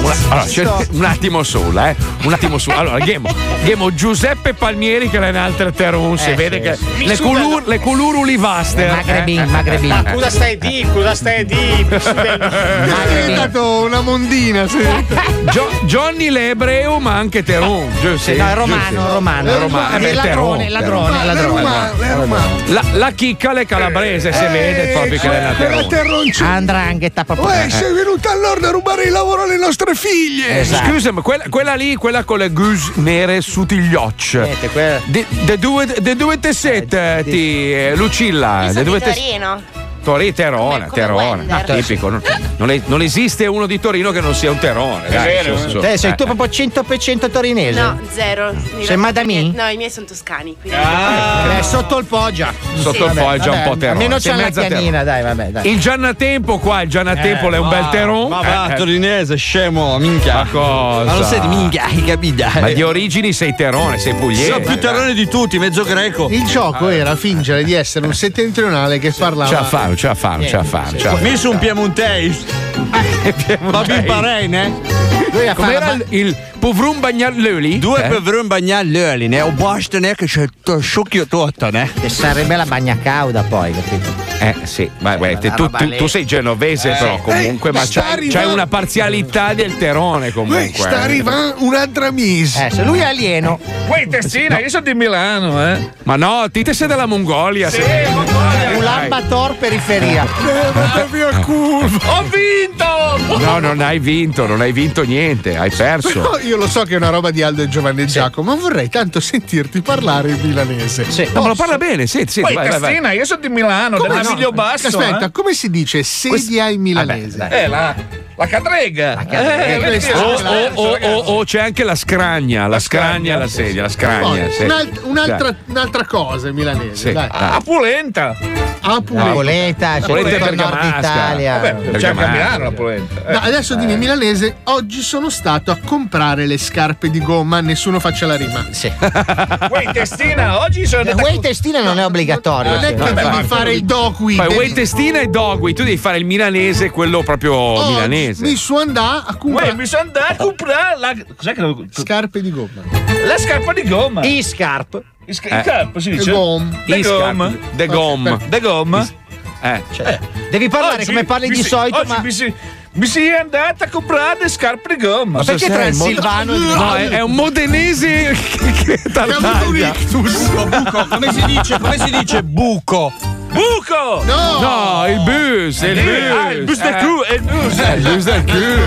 Una- allora, c'è- un attimo solo, eh. Un attimo solo. Allora, Ghemo, Ghemo, Giuseppe Palmieri che è un altro terrone, si
Eh,
vede
sì,
che
sì.
le,
Mi suda-
culur, le eh. culur ulivaste.
Magrebin,
magrebin.
Ma cosa stai di? Cosa stai di?
eh.
È diventato una mondina, sì.
Johnny l'ebreo, ma anche terrone, giusto?
Sì, no, è romano, romano.
È romano,
È romano.
eh beh,
È ladrone,
terrone,
ladrone,
terrone.
ladrone.
È romano. Eh, La, la chicca le calabrese, si vede proprio che è una terrone.
Andrangheta proprio.
Uè, sei venuto al nord a rubare il lavoro alle nostre figlie.
Esatto.
Scusa, ma quella, quella lì, quella con le gus nere sutigliocce. De, de due, de due tessette, ti, eh, Lucilla. de due tessette.
Torino.
Torino, Terone, Terone, Ah,
Wender.
tipico. Non, non è- non esiste uno di Torino che non sia un Terone. dai,
vero,
su, su.
Te sei
Eh,
tu proprio 100% torinese.
No, zero. Mi ra-
Sei Madami?
No, i miei sono toscani. Quindi...
Ah.
Eh, sotto il poggia.
Sotto il
Vabbè,
Poggia,
vabbè,
un po' terrone.
Almeno
Sei
c'è la
mezza
pianina,
terrone.
dai, vabbè, dai.
Il Giannatempo qua, il Giannatempo è un bel Terone.
Ma Eh, va,
Eh, eh.
torinese, scemo, minchia.
Ma cosa?
Ma non sei di minchia, hai capito?
Ma di origini sei Terone, sei pugliese. Ah.
Sono più terrone di tutti, mezzo greco.
Il gioco era fingere di essere un settentrionale che parlava.
Ce la fanno, ce la fanno, ce la fanno. ce la fanno.
Mi su un piemontese. Ma vi parein, eh?
Com'era il, il Povrun Bagnalloli?
Due
Eh?
povrun bagnalloli, ne? O basta, ne? Che c'è tutto sciocchio tutto, ne?
Che sarebbe la bagna cauda poi, capito?
Eh sì, ma guarda,
Ah,
la
tu,
roba
tu-
lì.
tu sei genovese
Eh.
però comunque,
Eh,
ma
sta
c'hai,
arrivando-
c'hai una parzialità del terone comunque. eh.
Uè, sta arrivando un'altra misa.
Eh, se lui è alieno.
Uè, testina, io sono di Milano, eh.
Ma no, Tite sei della Mongolia. sei-
Ulan Bator periferia.
Ho vinto!
No, non hai vinto, non hai vinto niente, hai perso.
Però io lo so che è una roba di Aldo e Giovanni Giacomo, ma vorrei tanto sentirti parlare il milanese.
Sì. No, ma lo parla bene, senti, senti,
Poi
vai, vai, vai.
testina, io sono di Milano,
Come
della
no?
Miglio Basso.
Aspetta,
eh.
come si dice sedia in milanese?
Eh, la, la cadrega.
cadrega.
Eh, vedi,
Questa-
sono
Oh,
di Milano,
oh, oh, oh, oh, c'è anche la scragna, la scragna, la sedia, la scragna.
Poi,
sì. Cioè, eh,
un'alt-
Dai.
un'altra, un'altra cosa in milanese.
Sì,
dai.
dai.
Polenta.
Ah,
La polenta,
certo,
c'è
Polenta
tutto il nord
bergamasca.
Italia.
Vabbè, c'è anche a Milano la polenta.
No, adesso dimmi in milanese, oggi sono stato a comprare le scarpe di gomma, nessuno faccia la rima.
Sì.
Uè, testina, oggi sono andato a
Way testina non è obbligatorio.
Non è che
Vabbè,
devi
vabbè.
fare il doqui.
eh, Fai
devi-
Wei Testina e Dogui, tu devi fare il milanese, quello proprio
Oggi
Oh, milanese.
Mi sono andato a comprare. Eh.
Uè, mi sono andato a comprare la. Cos'è che lo-
Scarpe di gomma.
La scarpa di gomma.
I scarp.
I sc-
Eh.
i scarp, si
I
dice.
gom.
De
I
gom.
scarp. De gom.
De Eh. gom.
Eh,
Devi parlare come parli di solito,
Oggi
ma.
mi si- Mi si è andata a comprare scarpe di gomma.
Ma perché Transilvano è- No, è- è un modenese che
Buco, buco. Come si dice? Come si dice buco?
Buco!
No!
No, il bus, il bus. Eh.
Ah, il bus del
cul, è il bus.
Il bus del cul.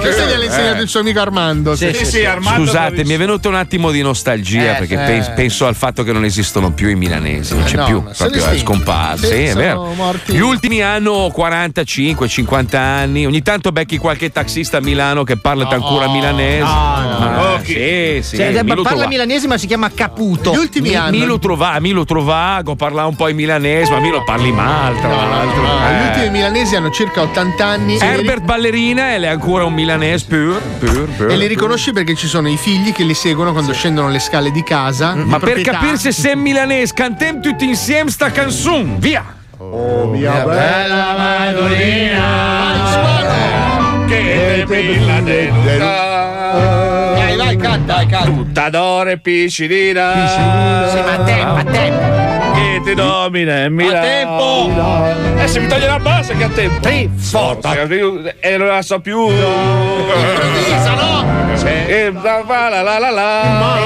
Questo gliel'ha insegnato
Eh.
il suo amico Armando.
Sì, sì, sì, Armando
Scusate, mi è venuto un attimo di nostalgia
Eh,
perché
eh.
pens- penso al fatto che non esistono più i milanesi, non c'è
no,
più,
ma sono
proprio è
estinti.
scomparsi.
Sì,
Sì, è
sono
vero.
morti.
Gli ultimi hanno 45, 50 anni, ogni tanto becchi qualche taxista a Milano che parla ancora milanese.
Ah,
no,
Ma
no.
Ah, Sì, sì,
Cioè,
Milo
parla
Trovà.
milanese ma si chiama Caputo. Gli
Mi- Milo Trovà, Milo Trovago, parla un po' in milanese, ma Milo parli mal, tra l'altro.
Gli
Eh.
ultimi milanesi hanno circa 80 anni. e li-
Herbert Ballerina e lei è ancora un milanese pur, pur, pur.
E li riconosci perché ci sono i figli che li seguono quando scendono le scale di casa. di
Ma per
proprietà.
capire se sei milanese, cantem tutti insieme sta canzone, via! Oh,
Eh,
mia
bella
Madonnina, che brilla dentro. Dai, vai, canta, dai, canta. Tutta d'ore piscinina. Sì, ma a tempo, a tempo. Che ti domina e mi
A tempo.
Eh, se mi toglie la base che a tempo. Sì, forza. E eh, non la so più. Improvvisa, no? E la va la la la la. E la Eh,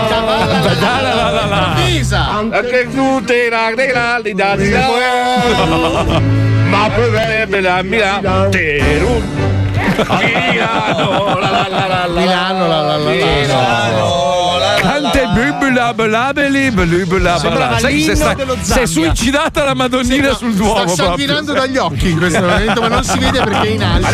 la la la la. Anche tu te la te la li da di là. Ma potrebbe la Milano. Teru. Milano, la la la la la. Milano, la la la
Tante bibula belabili belubula
Sembrava
bala. Sai che
l'inno
si sta-
dello
si
Zambia.
è suicidata la Madonnina sul
Sta
Duomo.
sanguinando
proprio.
dagli occhi in questo momento, ma non si vede perché è in alto.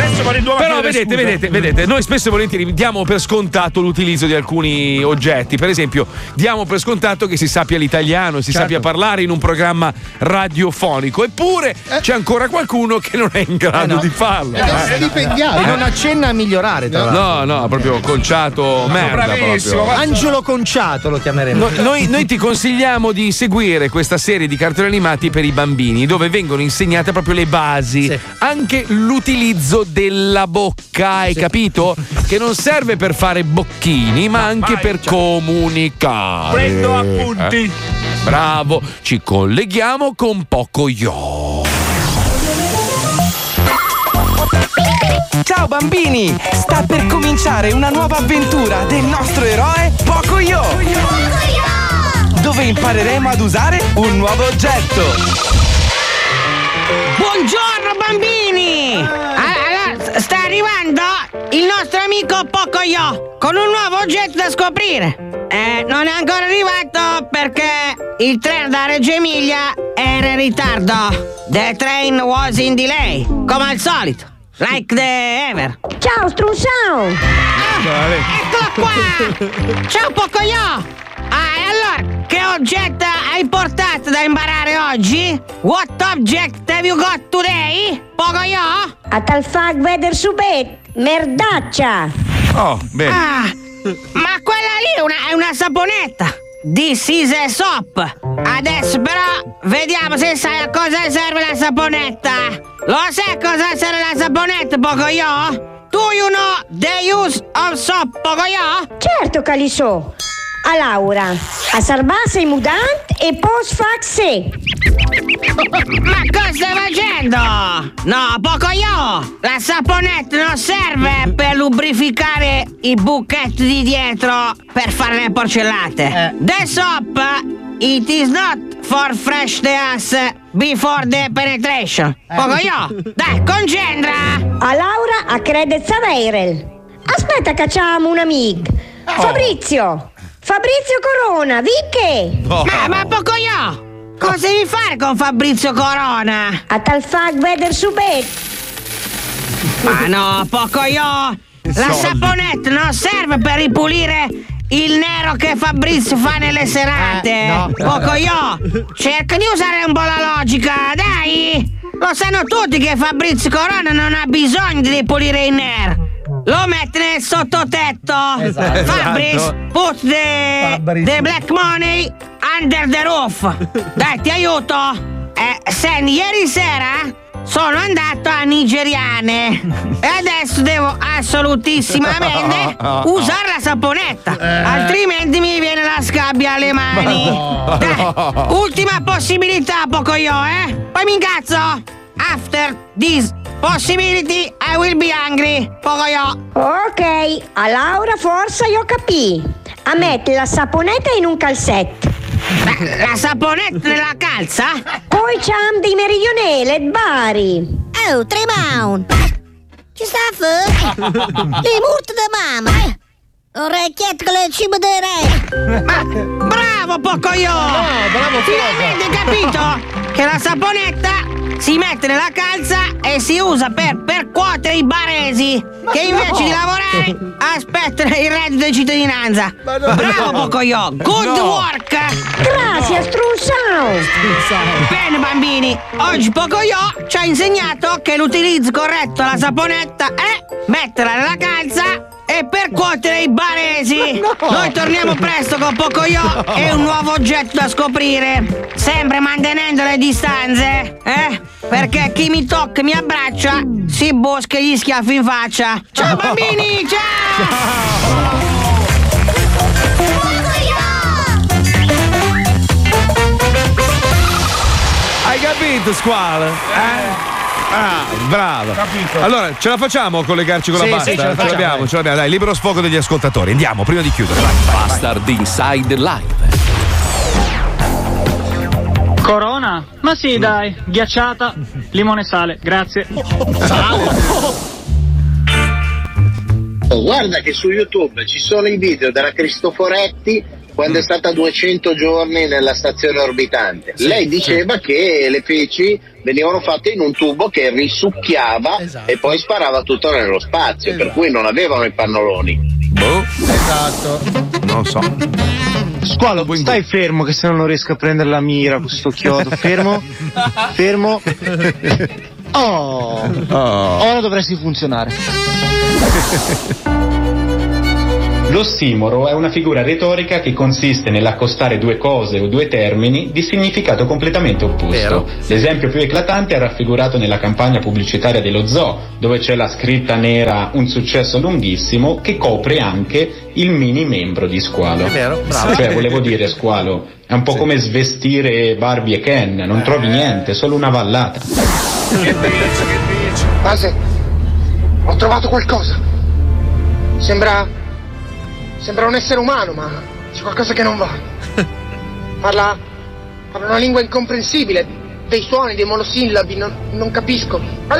Però vedete, vedete, vedete, noi spesso e volentieri diamo per scontato l'utilizzo di alcuni oggetti. Per esempio, diamo per scontato che si sappia l'italiano,
Certo.
si sappia parlare in un programma radiofonico. Eppure
Eh.
c'è ancora qualcuno che non è in grado di farlo. Eh.
E non accenna a migliorare, tra l'altro.
No, no, proprio conciato merda. proprio.
Angelo Conciato lo chiameremo.
No- noi, noi ti consigliamo di seguire questa serie di cartoni animati per i bambini dove vengono insegnate proprio le basi, anche l'utilizzo della bocca, hai capito? Che non serve per fare bocchini, ma cioè. anche per comunicare.
Prendo appunti.
Eh? Bravo, ci colleghiamo con poco yo.
Ciao bambini! Sta per cominciare una nuova avventura del nostro eroe Pocoyo! Dove impareremo ad usare un nuovo oggetto!
Buongiorno bambini! Ah, Allora, sta arrivando il nostro amico Pocoyo con un nuovo oggetto da scoprire. Eh, non è ancora arrivato perché il treno da Reggio Emilia era in ritardo. The train was in delay, come al solito. Like the ever. Ciao, Strunzao! Eccola qua! Ciao, Pocoyo! Ah, e allora, che oggetto hai portato da imparare oggi? What object have you got today? Pocoyo? A tal fag veder subet, merdaccia!
Oh, bene.
Ah, ma quella lì è una, è una saponetta. This is a soap. Adesso però vediamo se sai a cosa serve la saponetta. Lo sai a cosa serve la saponetta, Pocoyo? Do you know the use of soap, Pocoyo?
Certo, Calisò. A Laura, a Sarbasa i mudant e post faxe.
Ma cosa stai facendo? No, Pocoyo! La saponetta non serve per lubrificare i buchetti di dietro per fare le porcellate. The soap, it is not for fresh the ass before the penetration. Pocoyo, dai, concentra!
A Laura, a Credez Aveirel. Aspetta, cacciamo un amig. Fabrizio. Fabrizio Corona, Vicche.
Ma, ma Pocoyo! Cosa devi fare con Fabrizio Corona?
A tal fag veder subet.
Ma no, Pocoyo! La
Soldi.
saponetta non serve per ripulire il nero che Fabrizio fa nelle serate!
Eh, no.
Pocoyo! Cerca di usare un po' la logica, dai! Lo sanno tutti che Fabrizio Corona non ha bisogno di ripulire il nero! Lo mette nel sottotetto!
Esatto.
Fabrizio, put the, the black money under the roof! Dai, ti aiuto! Eh, Sen, ieri sera sono andato a Nigeriane e adesso devo assolutissimamente usare la saponetta,
Eh.
altrimenti mi viene la scabbia alle mani. Ultima possibilità, Pocoyo, eh? Poi mi incazzo! After this Possibility, I will be angry. Pocoyo.
Ok, a Laura forza io capì. A mettere la saponetta in un calzetto.
La, saponetta nella calza?
Poi c'è di meridionale, Bari.
Oh, tre maun. Ci sta a fare? Le murte da mamma. Orecchiette con le cibo dei re.
bravo, Pocoyo! No, bravo, Finalmente capito che la saponetta si mette nella calza e si usa per percuotere i baresi che invece di lavorare aspettano il reddito di cittadinanza. Bravo, Pocoyo! Good
No.
work!
Grazie,
Bene bambini, oggi Pocoyo ci ha insegnato che l'utilizzo corretto della saponetta è metterla nella calza e percuotere i baresi. Noi torniamo presto con Pocoyo
No.
e un nuovo oggetto da scoprire, sempre mantenendo le distanze, eh? Perché chi mi tocca e mi abbraccia si bosca gli schiaffi in faccia. Ciao bambini, ciao!
Hai capito, Squal? Eh? Ah, bravo.
Capito.
Allora, ce la facciamo a collegarci con
Sì,
la
sì,
basta?
ce la facciamo,
l'abbiamo,
dai.
ce l'abbiamo. Dai, libero sfogo degli ascoltatori. Andiamo, prima di chiudere. Vai.
Bastard Inside Live.
Corona? Ma sì, dai, ghiacciata, limone e sale, grazie.
Oh, guarda che su YouTube ci sono i video della Cristoforetti quando è stata 200 giorni nella stazione orbitante.
Sì,
Lei diceva che le feci venivano fatte in un tubo che risucchiava
Esatto.
e poi sparava tutto nello spazio, per cui non avevano i pannoloni.
Esatto.
Non so.
Squalo, stai fermo che se no non riesco a prendere la mira questo chiodo. Fermo. Fermo. Oh. Ora dovresti funzionare.
L'ossimoro è una figura retorica che consiste nell'accostare due cose o due termini di significato completamente opposto. L'esempio più eclatante è raffigurato nella campagna pubblicitaria dello zoo, dove c'è la scritta nera Un successo lunghissimo che copre anche il mini membro di Squalo.
È vero, bravo.
Cioè, volevo dire Squalo, è un po' come svestire Barbie e Ken,
Eh.
non trovi niente, solo una vallata.
Base, ho trovato qualcosa. Sembra. Sembra un essere umano, ma c'è qualcosa che non va. Parla. Parla una lingua incomprensibile, dei suoni, dei monosillabi, non, non capisco. Oh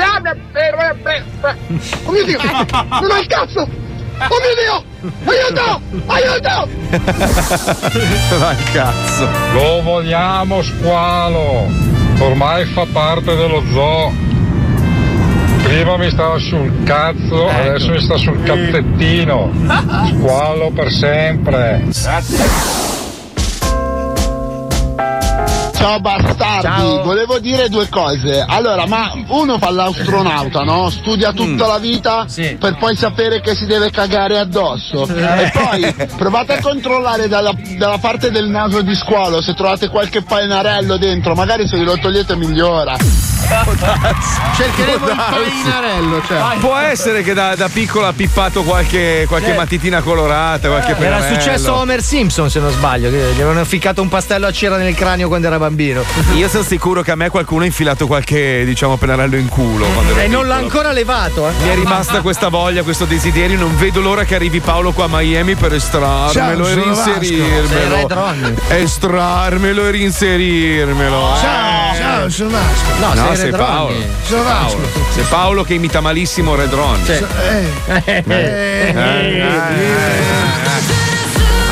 mio dio! Non ho il cazzo! Oh mio dio! Aiuto! Aiuto!
Vai cazzo.
Lo vogliamo squalo. Ormai fa parte dello zoo. Prima mi stava sul cazzo, adesso mi sta sul cazzettino. Squalo per sempre. Ciao bastardi,
Ciao.
volevo dire due cose. Allora, ma uno fa l'astronauta, no? Studia tutta
Mm.
la vita per poi sapere che si deve cagare addosso. E poi provate a controllare dalla, dalla parte del naso di squalo se trovate qualche painarello dentro, magari se glielo togliete migliora.
Cercheremo
Può
il
darsi.
painarello, cioè.
Può essere che da, da piccola ha pippato qualche, qualche
Eh.
matitina colorata, qualche
Eh, Era
pennarello.
successo a Homer Simpson, se non sbaglio, che gli avevano ficcato un pastello a cera nel cranio quando era bambino.
Io sono sicuro che a me qualcuno ha infilato qualche, diciamo, pennarello in culo. quando ero
E non l'ha
piccolo.
ancora levato, eh.
Mi è rimasta questa voglia, questo desiderio. Non vedo l'ora che arrivi Paolo qua a Miami per estrarmelo
Ciao,
e
sono Vasco. Sei il Re
reinserirmelo.
Drone.
Estrarmelo e reinserirmelo.
Ciao,
eh.
ciao, sono Vasco.
No,
sei
sei
Red
Paolo.
Ronnie.
Sei
Sono Vasco.
Paolo. Sei Paolo che imita malissimo Redron.
eh.
Eh.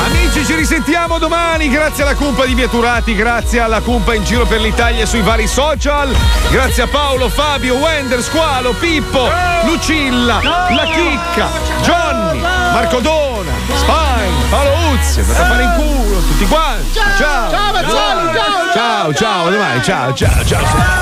Amici, ci risentiamo domani. Grazie alla Cumpa di Vieturati, grazie alla Cumpa in giro per l'Italia e sui vari social. Grazie a Paolo, Fabio, Wender, Squalo, Pippo, Lucilla, La Chicca, Johnny, Marco Dona, Spine, Paolo Uzzi, andate a fare in culo, tutti quanti. Ciao,
Ciao, ciao, Mazzoli, ciao.
ciao, ciao, a domani, ciao, ciao, ciao.